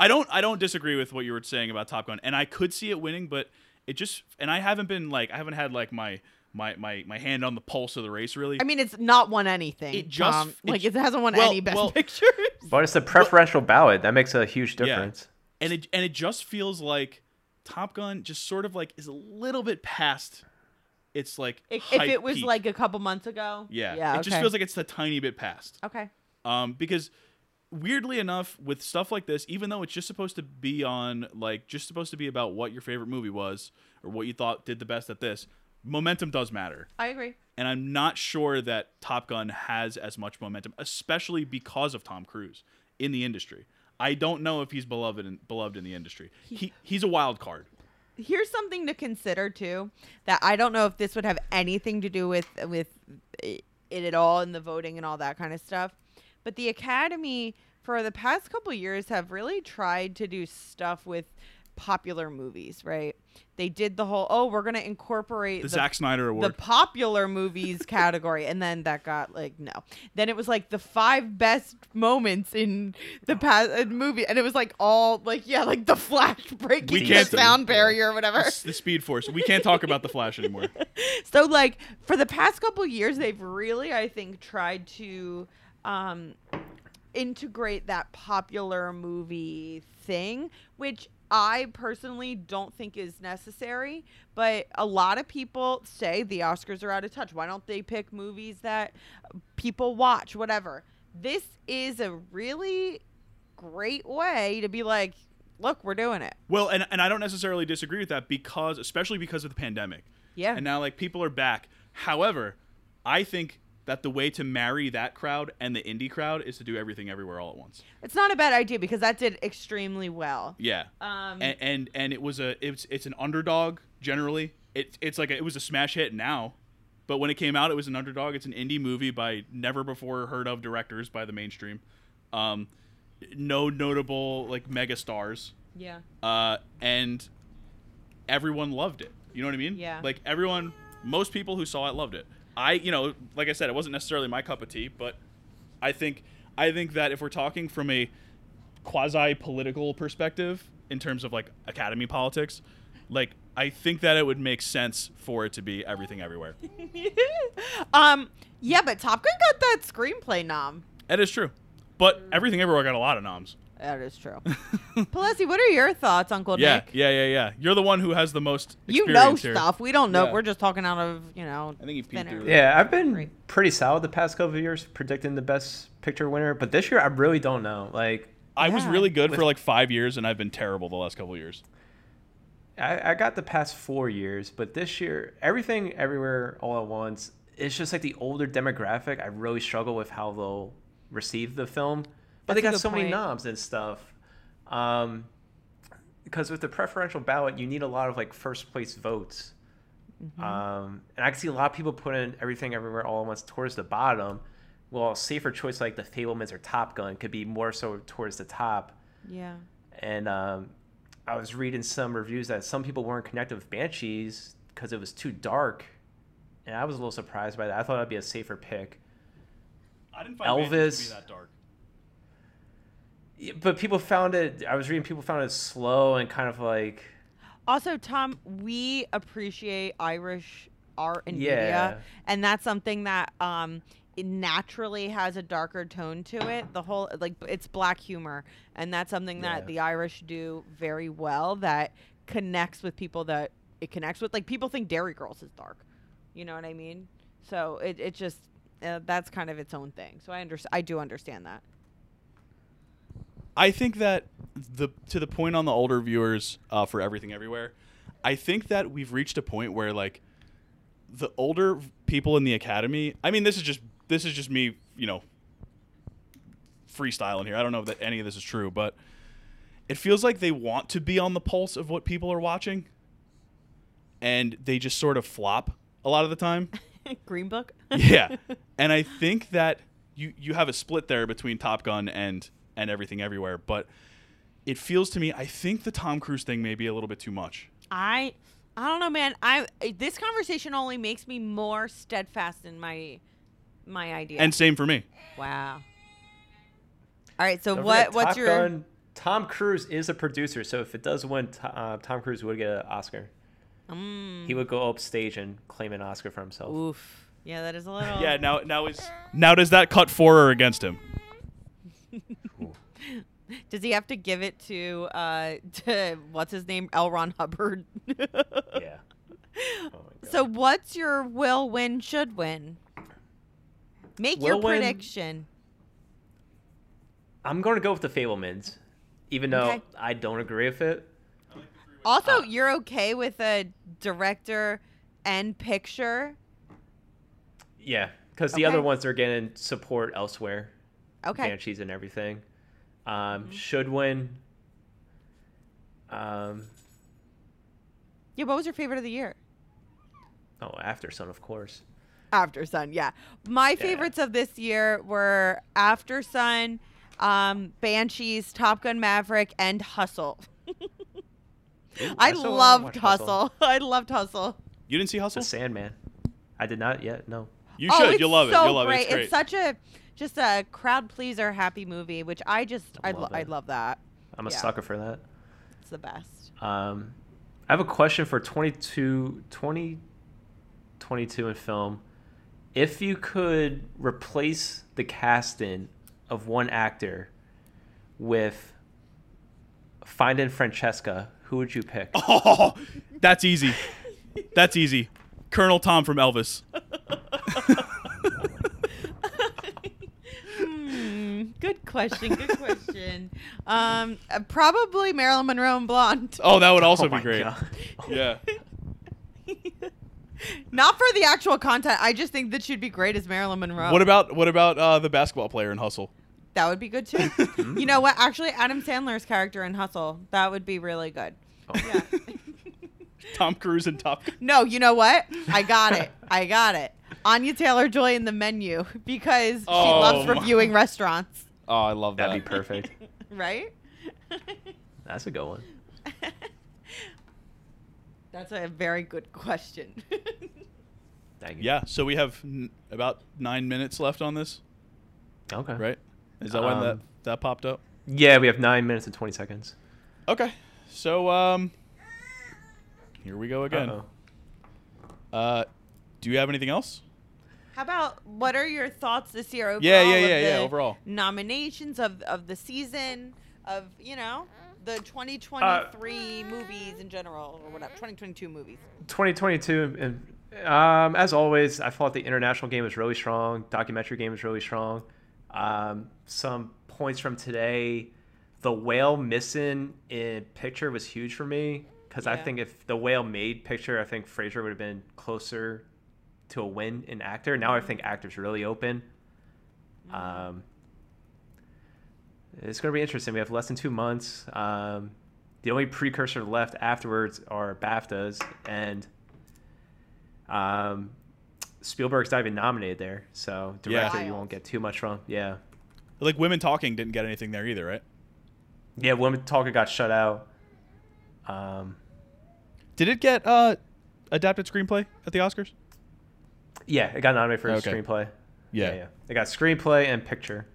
B: I don't I don't disagree with what you were saying about Top Gun, and I could see it winning, but it just and I haven't been like I haven't had like my my my my hand on the pulse of the race really.
A: I mean, it's not won anything.
B: It just-
A: Tom.
B: it
A: like
B: ju-
A: it hasn't won
B: well-
A: any Best
B: well-
A: Pictures.
C: But it's a preferential ballot. That makes a huge
B: Yeah.
C: difference.
B: and it and it just feels like Top Gun just sort of like is a little bit past its like
A: If, if
B: hype
A: it was
B: peak.
A: like a couple months ago,
B: yeah
A: yeah,
B: it
A: okay.
B: just feels like it's a tiny bit past.
A: okay.
B: um, because weirdly enough with stuff like this even though it's just supposed to be on like just supposed to be about what your favorite movie was or what you thought did the best at this momentum does matter
A: I agree.
B: and i'm not sure that top gun has as much momentum especially because of tom cruise in the industry i don't know if he's beloved in, beloved in the industry he, he's a wild card
A: here's something to consider too that I don't know if this would have anything to do with with it at all and the voting and all that kind of stuff. But the Academy for the past couple years have really tried to do stuff with popular movies, right? They did the whole oh, we're going to incorporate
B: the, Zack Snyder
A: the
B: award
A: popular movies category and then that got like no then it was like the five best moments in the past uh, movie and it was like all like yeah like the flash breaking
B: can't
A: the
B: do-
A: sound barrier or whatever
B: the, speed force we can't talk about the flash anymore
A: so like for the past couple years they've really i think tried to um integrate that popular movie thing which i personally don't think is necessary but a lot of people say the oscars are out of touch why don't they pick movies that people watch whatever this is a really great way to be like look we're doing it
B: well and, and i don't necessarily disagree with that because especially because of the pandemic
A: yeah
B: and now like people are back. However, I think that the way to marry that crowd and the indie crowd is to do everything everywhere all at once.
A: it's not a bad idea because that did extremely well
B: Yeah,
A: um
B: and and, and it was a it's it's an underdog generally. It it's like a, it was a smash hit now, but when it came out, it was an underdog. It's an indie movie by never before heard of directors by the mainstream. Um, no notable like mega stars.
A: yeah
B: uh, and everyone loved it. You know what I mean?
A: Yeah.
B: Like everyone, most people who saw it loved it. I, you know, like I said, it wasn't necessarily my cup of tea, but I think I think that if we're talking from a quasi political perspective in terms of like academy politics, like I think that it would make sense for it to be everything everywhere.
A: um, yeah, but Top Gun got that screenplay nom.
B: that is true. But everything everywhere got a lot of noms.
A: That is true. Pelosi, what are your thoughts, Uncle
B: Yeah,
A: Nick?
B: yeah, yeah, yeah. You're the one who has the most
A: You
B: experience
A: know
B: here.
A: stuff. We don't know.
B: Yeah.
A: We're just talking out of you know.
B: I think he peed
A: thin
B: through
A: air.
B: that.
C: Yeah, I've been
A: Right.
C: pretty solid the past couple of years predicting the best picture winner, but this year I really don't know. Like,
B: I was
A: Yeah.
B: really good for like five years, and I've been terrible the last couple of years.
C: I, I got the past four years, but this year, everything, everywhere, all at once. It's just like the older demographic. I really struggle with how they'll receive the film,
A: That's a
C: but they got
A: good
C: so many
A: point.
C: knobs and stuff. Um, because with the preferential ballot, you need a lot of like first place votes.
A: Mm-hmm.
C: Um, and I can see a lot of people putting everything, everywhere, all at once towards the bottom. Well, a safer choice like the Fablemans or Top Gun could be more so towards the top
A: Yeah.
C: and um, I was reading some reviews that some people weren't connected with Banshees because it was too dark, and I was a little surprised by that. I thought that'd be a safer pick,
B: I didn't find Banshees to
C: Elvis.
B: be that dark.
C: Yeah, but people found it. I was reading people found it slow and kind of like
A: Also, Tom, we appreciate Irish art and
C: Yeah.
A: media, and that's something that um it naturally has a darker tone to it. The whole like b- it's black humor, and that's something that
C: Yeah.
A: the Irish do very well that connects with people that it connects with. Like people think Dairy Girls is dark, you know what I mean? So it it just uh, that's kind of its own thing. So I understand. I do understand that.
B: I think that the to the point on the older viewers uh, for everything everywhere, I think that we've reached a point where like the older people in the academy. I mean, this is just this is just me, you know, freestyling here. I don't know that any of this is true, but it feels like they want to be on the pulse of what people are watching, and they just sort of flop a lot of the time.
A: Green Book.
B: yeah, and I think that you you have a split there between Top Gun and and everything everywhere, but it feels to me I think the Tom Cruise thing may be a little bit too much.
A: I I don't know, man. I this conversation only makes me more steadfast in my my idea.
B: And same for me.
A: wow. All right, so
C: Don't
A: what
C: forget,
A: what's
C: Top
A: your
C: Gun, Tom Cruise is a producer, so if it does win, T- uh, Tom Cruise would get an Oscar.
A: Mm.
C: He would go upstage and claim an Oscar for himself.
A: oof? Yeah, that is a little
B: Yeah, now now is now does that cut for or against him?
A: Does he have to give it to uh to what's his name? L. Ron Hubbard.
C: Yeah. Oh my God.
A: So what's your will win should win? Make your
C: Will win-
A: prediction.
C: I'm going to go with the Fablemans, even though
A: Okay.
C: I don't agree with it.
A: Also,
C: Uh,
A: you're okay with a director and picture?
C: Yeah, because the
A: Okay.
C: other ones are getting support elsewhere,
A: Okay. Mm-hmm.
C: Banshees and everything. Um, Should win. Um,
A: Yeah, what was your favorite of the year?
C: oh, After Sun, of course.
A: After Sun, yeah. My favorites of this year were After Sun, um, Banshees, Top Gun Maverick, and Hustle. I
C: still wanna
A: loved
C: watch
A: Hustle.
C: Hustle.
A: I loved Hustle.
B: You didn't see Hustle?
C: The Sandman. I did not yet. No.
B: You
A: oh,
B: should.
A: it's
B: You'll love
A: so
B: it. You'll love
A: great.
B: it. It's great.
A: such a just a crowd pleaser happy movie, which I just I
C: Love
A: lo- I
C: it.
A: love that.
C: I'm a
A: Yeah.
C: sucker for that.
A: It's the best.
C: Um, I have a question for 22, 2022 in film. If you could replace the casting of one actor with Finding Francesca, who would you pick?
B: oh, that's easy. That's easy. Colonel Tom from Elvis.
A: Hmm, good question. Good question. um, uh, probably Marilyn Monroe and Blonde.
B: Oh, that would also
C: Oh
B: be
C: my
B: great.
C: God.
B: Yeah.
A: Not for the actual content. I just think that she'd be great as Marilyn Monroe.
B: What about what about uh, the basketball player in Hustle?
A: that would be good too. you know what? Actually, Adam Sandler's character in Hustle that would be really good. Yeah.
B: Tom Cruise and Top Gun.
A: no, you know what? I got it. I got it. Anya Taylor Joy in the menu because she
B: Oh,
A: loves
B: my-
A: reviewing restaurants,
B: Oh, I love that.
C: That'd be perfect.
A: right?
C: That's a good one.
A: That's a very good question.
C: Thank you.
B: Yeah. So we have n- about nine minutes left on this,
C: Okay.
B: right? Is that when
C: Um,
B: that that popped up?
C: Yeah, we have nine minutes and 20 seconds.
B: Okay. So um, here we go again.
C: Uh-oh.
B: Uh, do you have anything else?
A: How about what are your thoughts this year overall?
B: Yeah, yeah,
A: of
B: yeah, yeah,
A: the
B: overall.
A: nominations of of the season of you know the
C: Uh,
A: 2023 movies in general or whatever 2022 movies.
C: 2022 and um, as always i thought the international game was really strong documentary game was really strong um, some points from today the whale missing in picture was huge for me because i
A: Yeah.
C: think if the whale made picture i think fraser would have been closer to a win in actor now i think actors really open um, it's going to be interesting we have less than two months um, the only precursor left afterwards are BAFTAs, and um, Spielberg's not even nominated there, so director
A: Yeah.
C: you won't get too much from. Yeah,
B: Like women talking didn't get anything there either, right?
C: yeah. Women Talker got shut out. Um,
B: Did it get uh adapted screenplay at the Oscars?
C: yeah, it got nominated for
B: Okay.
C: screenplay.
B: Yeah.
C: yeah. It got screenplay and picture.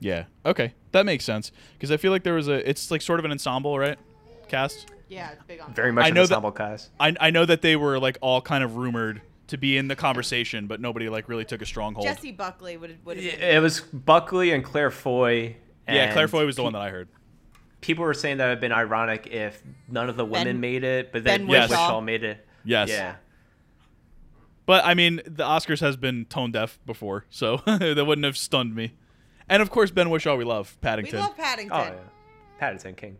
B: Yeah. Okay. That makes sense because I feel like there was a it's like sort of an ensemble, right? Cast.
A: Yeah, it's big on
C: Very much
B: I
C: an
B: know that-
C: ensemble cast.
B: I I know that they were like all kind of rumored to be in the conversation, but nobody like really took a stronghold.
A: Jesse Buckley would would have been.
C: It was Buckley and Claire Foy.
B: yeah, Claire
C: and
B: Foy was the one that I heard.
C: People were saying that it would have been ironic if none of the women
A: Ben-
C: made it, but
A: Ben
C: then
B: Yes.
C: Wishaw
A: Wishaw.
C: made it.
B: Yes.
C: Yeah.
B: But I mean, the Oscars has been tone deaf before, so that wouldn't have stunned me. And of course, Ben Wishaw, we love
A: We
B: Paddington.
A: love Paddington.
C: Oh yeah, Paddington King.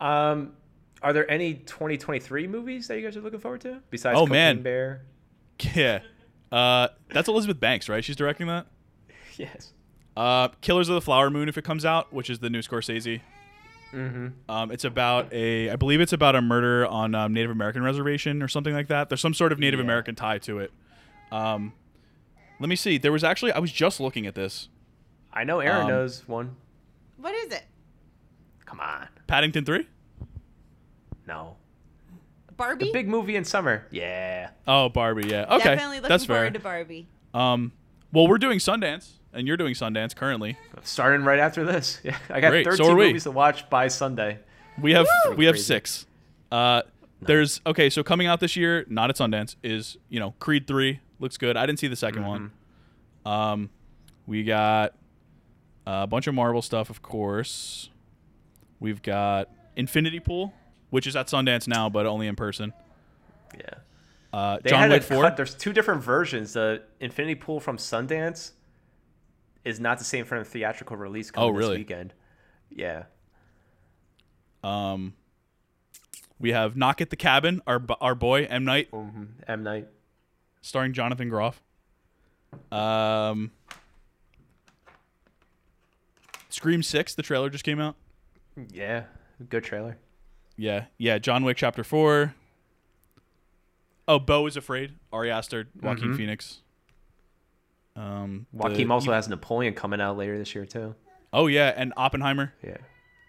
C: Um, are there any 2023 movies that you guys are looking forward to besides
B: Oh,
C: Cocaine
B: man.
C: Bear?
B: Yeah. Uh, that's Elizabeth Banks, right? She's directing that.
C: yes.
B: Uh, Killers of the Flower Moon, if it comes out, which is the new Scorsese.
C: Mm-hmm.
B: Um, it's about a, I believe it's about a murder on um, Native American reservation or something like that. There's some sort of Native
C: Yeah.
B: American tie to it. Um, let me see. There was actually, I was just looking at this.
C: I know Aaron
B: Um,
C: knows one.
A: What is it?
C: Come on.
B: Paddington Three.
C: No.
A: Barbie?
C: The big movie in summer. Yeah.
B: Oh, Barbie. Yeah. Okay.
A: Definitely looking
B: that's
A: forward
B: fair.
A: to Barbie.
B: um, well, we're doing Sundance, and you're doing Sundance currently.
C: Starting right after this. Yeah. I got
B: Great, so
C: 13
B: are we.
C: movies to watch by Sunday.
B: We have
C: Woo!
B: we have
C: Crazy.
B: six. Uh, there's okay. So coming out this year, not at Sundance, is you know Creed Three looks good. I didn't see the 2nd one.
C: Mm-hmm.
B: Um, we got a bunch of Marvel stuff, of course. We've got Infinity Pool, which is at Sundance now, but only in person.
C: Yeah.
B: Uh,
C: They
B: John
C: had
B: Wick
C: to
B: Four.
C: cut- There's two different versions. The Infinity Pool from Sundance is not the same from the theatrical release coming
B: Oh, really?
C: this weekend. Yeah.
B: Um, we have Knock at the Cabin, our b- our boy M Night,
C: M Night.
B: starring Jonathan Groff. Um, Scream Six. The trailer just came out.
C: Yeah. Good trailer.
B: Yeah, yeah. John Wick Chapter Four. Oh, Bo is afraid. Ari Aster, Joaquin Phoenix. Um, the-
C: Joaquin also has Napoleon coming out later this year too.
B: Oh yeah, and Oppenheimer,
C: Yeah.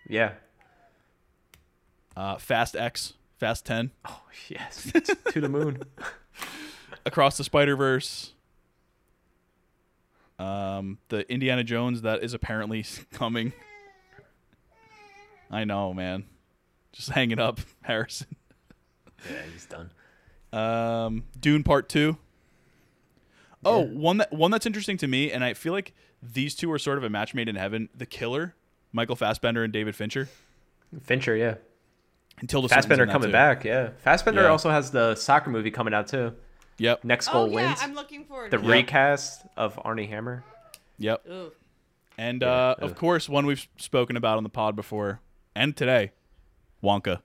C: Yeah.
B: uh, Fast X, Fast Ten,
C: Oh yes. to the moon.
B: Across the Spider Verse. Um, the Indiana Jones that is apparently coming. I know, man. Just hang it up, Harrison.
C: Yeah, he's done.
B: Um, Dune Part Two. Oh, one that one that's interesting to me, and I feel like these two are sort of a match made in heaven. The Killer, Michael Fassbender and David Fincher.
C: Fincher, yeah.
B: Until the
C: Fassbender coming back, yeah. Fassbender
B: Yeah.
C: also has the soccer movie coming out too.
B: Yep,
C: Next
A: Oh
C: goal
A: yeah,
C: wins.
A: I'm looking forward
C: the
A: to
B: Yeah.
C: recast of Arnie Hammer.
B: yep.
A: it. Ooh.
B: And uh,
C: Yeah,
B: of
C: ugh.
B: course, one we've spoken about on the pod before and today, Wonka.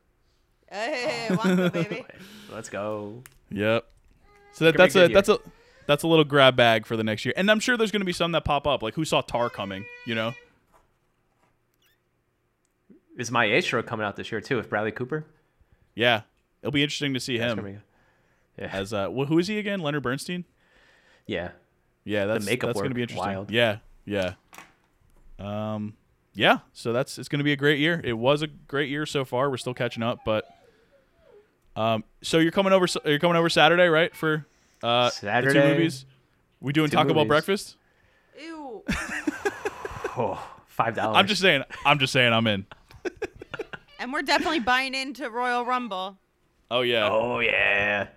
A: Hey, Wonka, baby.
C: Let's go.
B: Yep. So that,
C: Gonna be
B: that's
C: a
B: a
C: good
B: that's a that's a little grab bag for the next year, and I'm sure there's going to be some that pop up, like who saw Tar coming, you know?
C: Is my Maestro coming out this year too with Bradley Cooper?
B: Yeah, it'll be interesting to see
C: That's
B: him
C: gonna be- Yeah.
B: as uh, wh- who is he again? Leonard Bernstein.
C: yeah.
B: Yeah, that's
C: makeup
B: that's gonna
C: work,
B: be interesting.
C: wild.
B: Yeah, yeah. Um, yeah. So that's it's gonna be a great year. It was a great year so far. We're still catching up, but um, so you're coming over. You're coming over Saturday, right? For uh, the two
C: Saturday.
B: movies. We doing
C: Two
B: Taco Bell
C: movies.
B: breakfast?
A: Ew.
C: Oh, five dollars.
B: I'm just saying. I'm just saying. I'm in.
A: And we're definitely buying into Royal Rumble.
B: Oh yeah.
C: Oh yeah.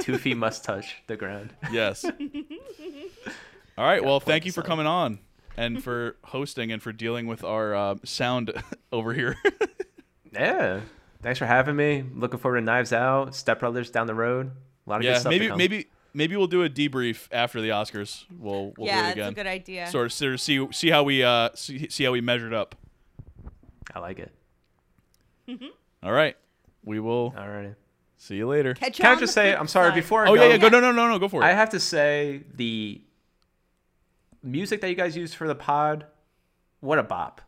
C: Two feet must touch the ground.
B: Yes. All right. Well, thank
C: plug
B: you for
C: this out.
B: coming on and for hosting and for dealing with our uh, sound over here.
C: Yeah. Thanks for having me. Looking forward to Knives Out, Step Brothers down the road. A lot of good
B: yeah.
C: stuff. to
B: Maybe.
C: come.
B: Maybe. Maybe we'll do a debrief after the Oscars. We'll we'll do
A: yeah,
B: it again.
A: that's a good idea.
B: sort of sort of see see how we uh see, see how we measured up.
C: I like it.
B: All right, we will
C: Alrighty.
B: see you later.
A: Catch you
C: Can
A: on
C: I just
A: the
C: say
A: flip
C: I'm sorry
A: side.
C: before I
B: Oh
C: go,
B: yeah, yeah, go no no no no go for it.
C: I have to say the music that you guys use for the pod, what a bop.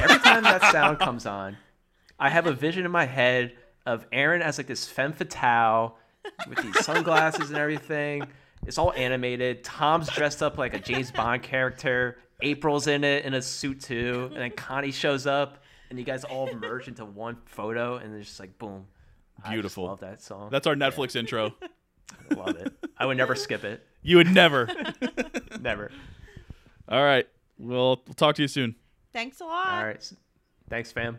C: Every time that sound comes on, I have a vision in my head of Aaron as like this femme fatale with these sunglasses and everything. It's all animated. Tom's dressed up like a James Bond character. April's in it in a suit too. And then Connie shows up and you guys all merge into one photo and it's just like boom.
B: Beautiful.
C: I just love that song.
B: That's our Netflix intro.
C: love it. I would never skip it.
B: You would never.
C: Never.
B: All right, we'll, we'll talk to you soon.
A: Thanks a lot.
C: All right. Thanks, fam.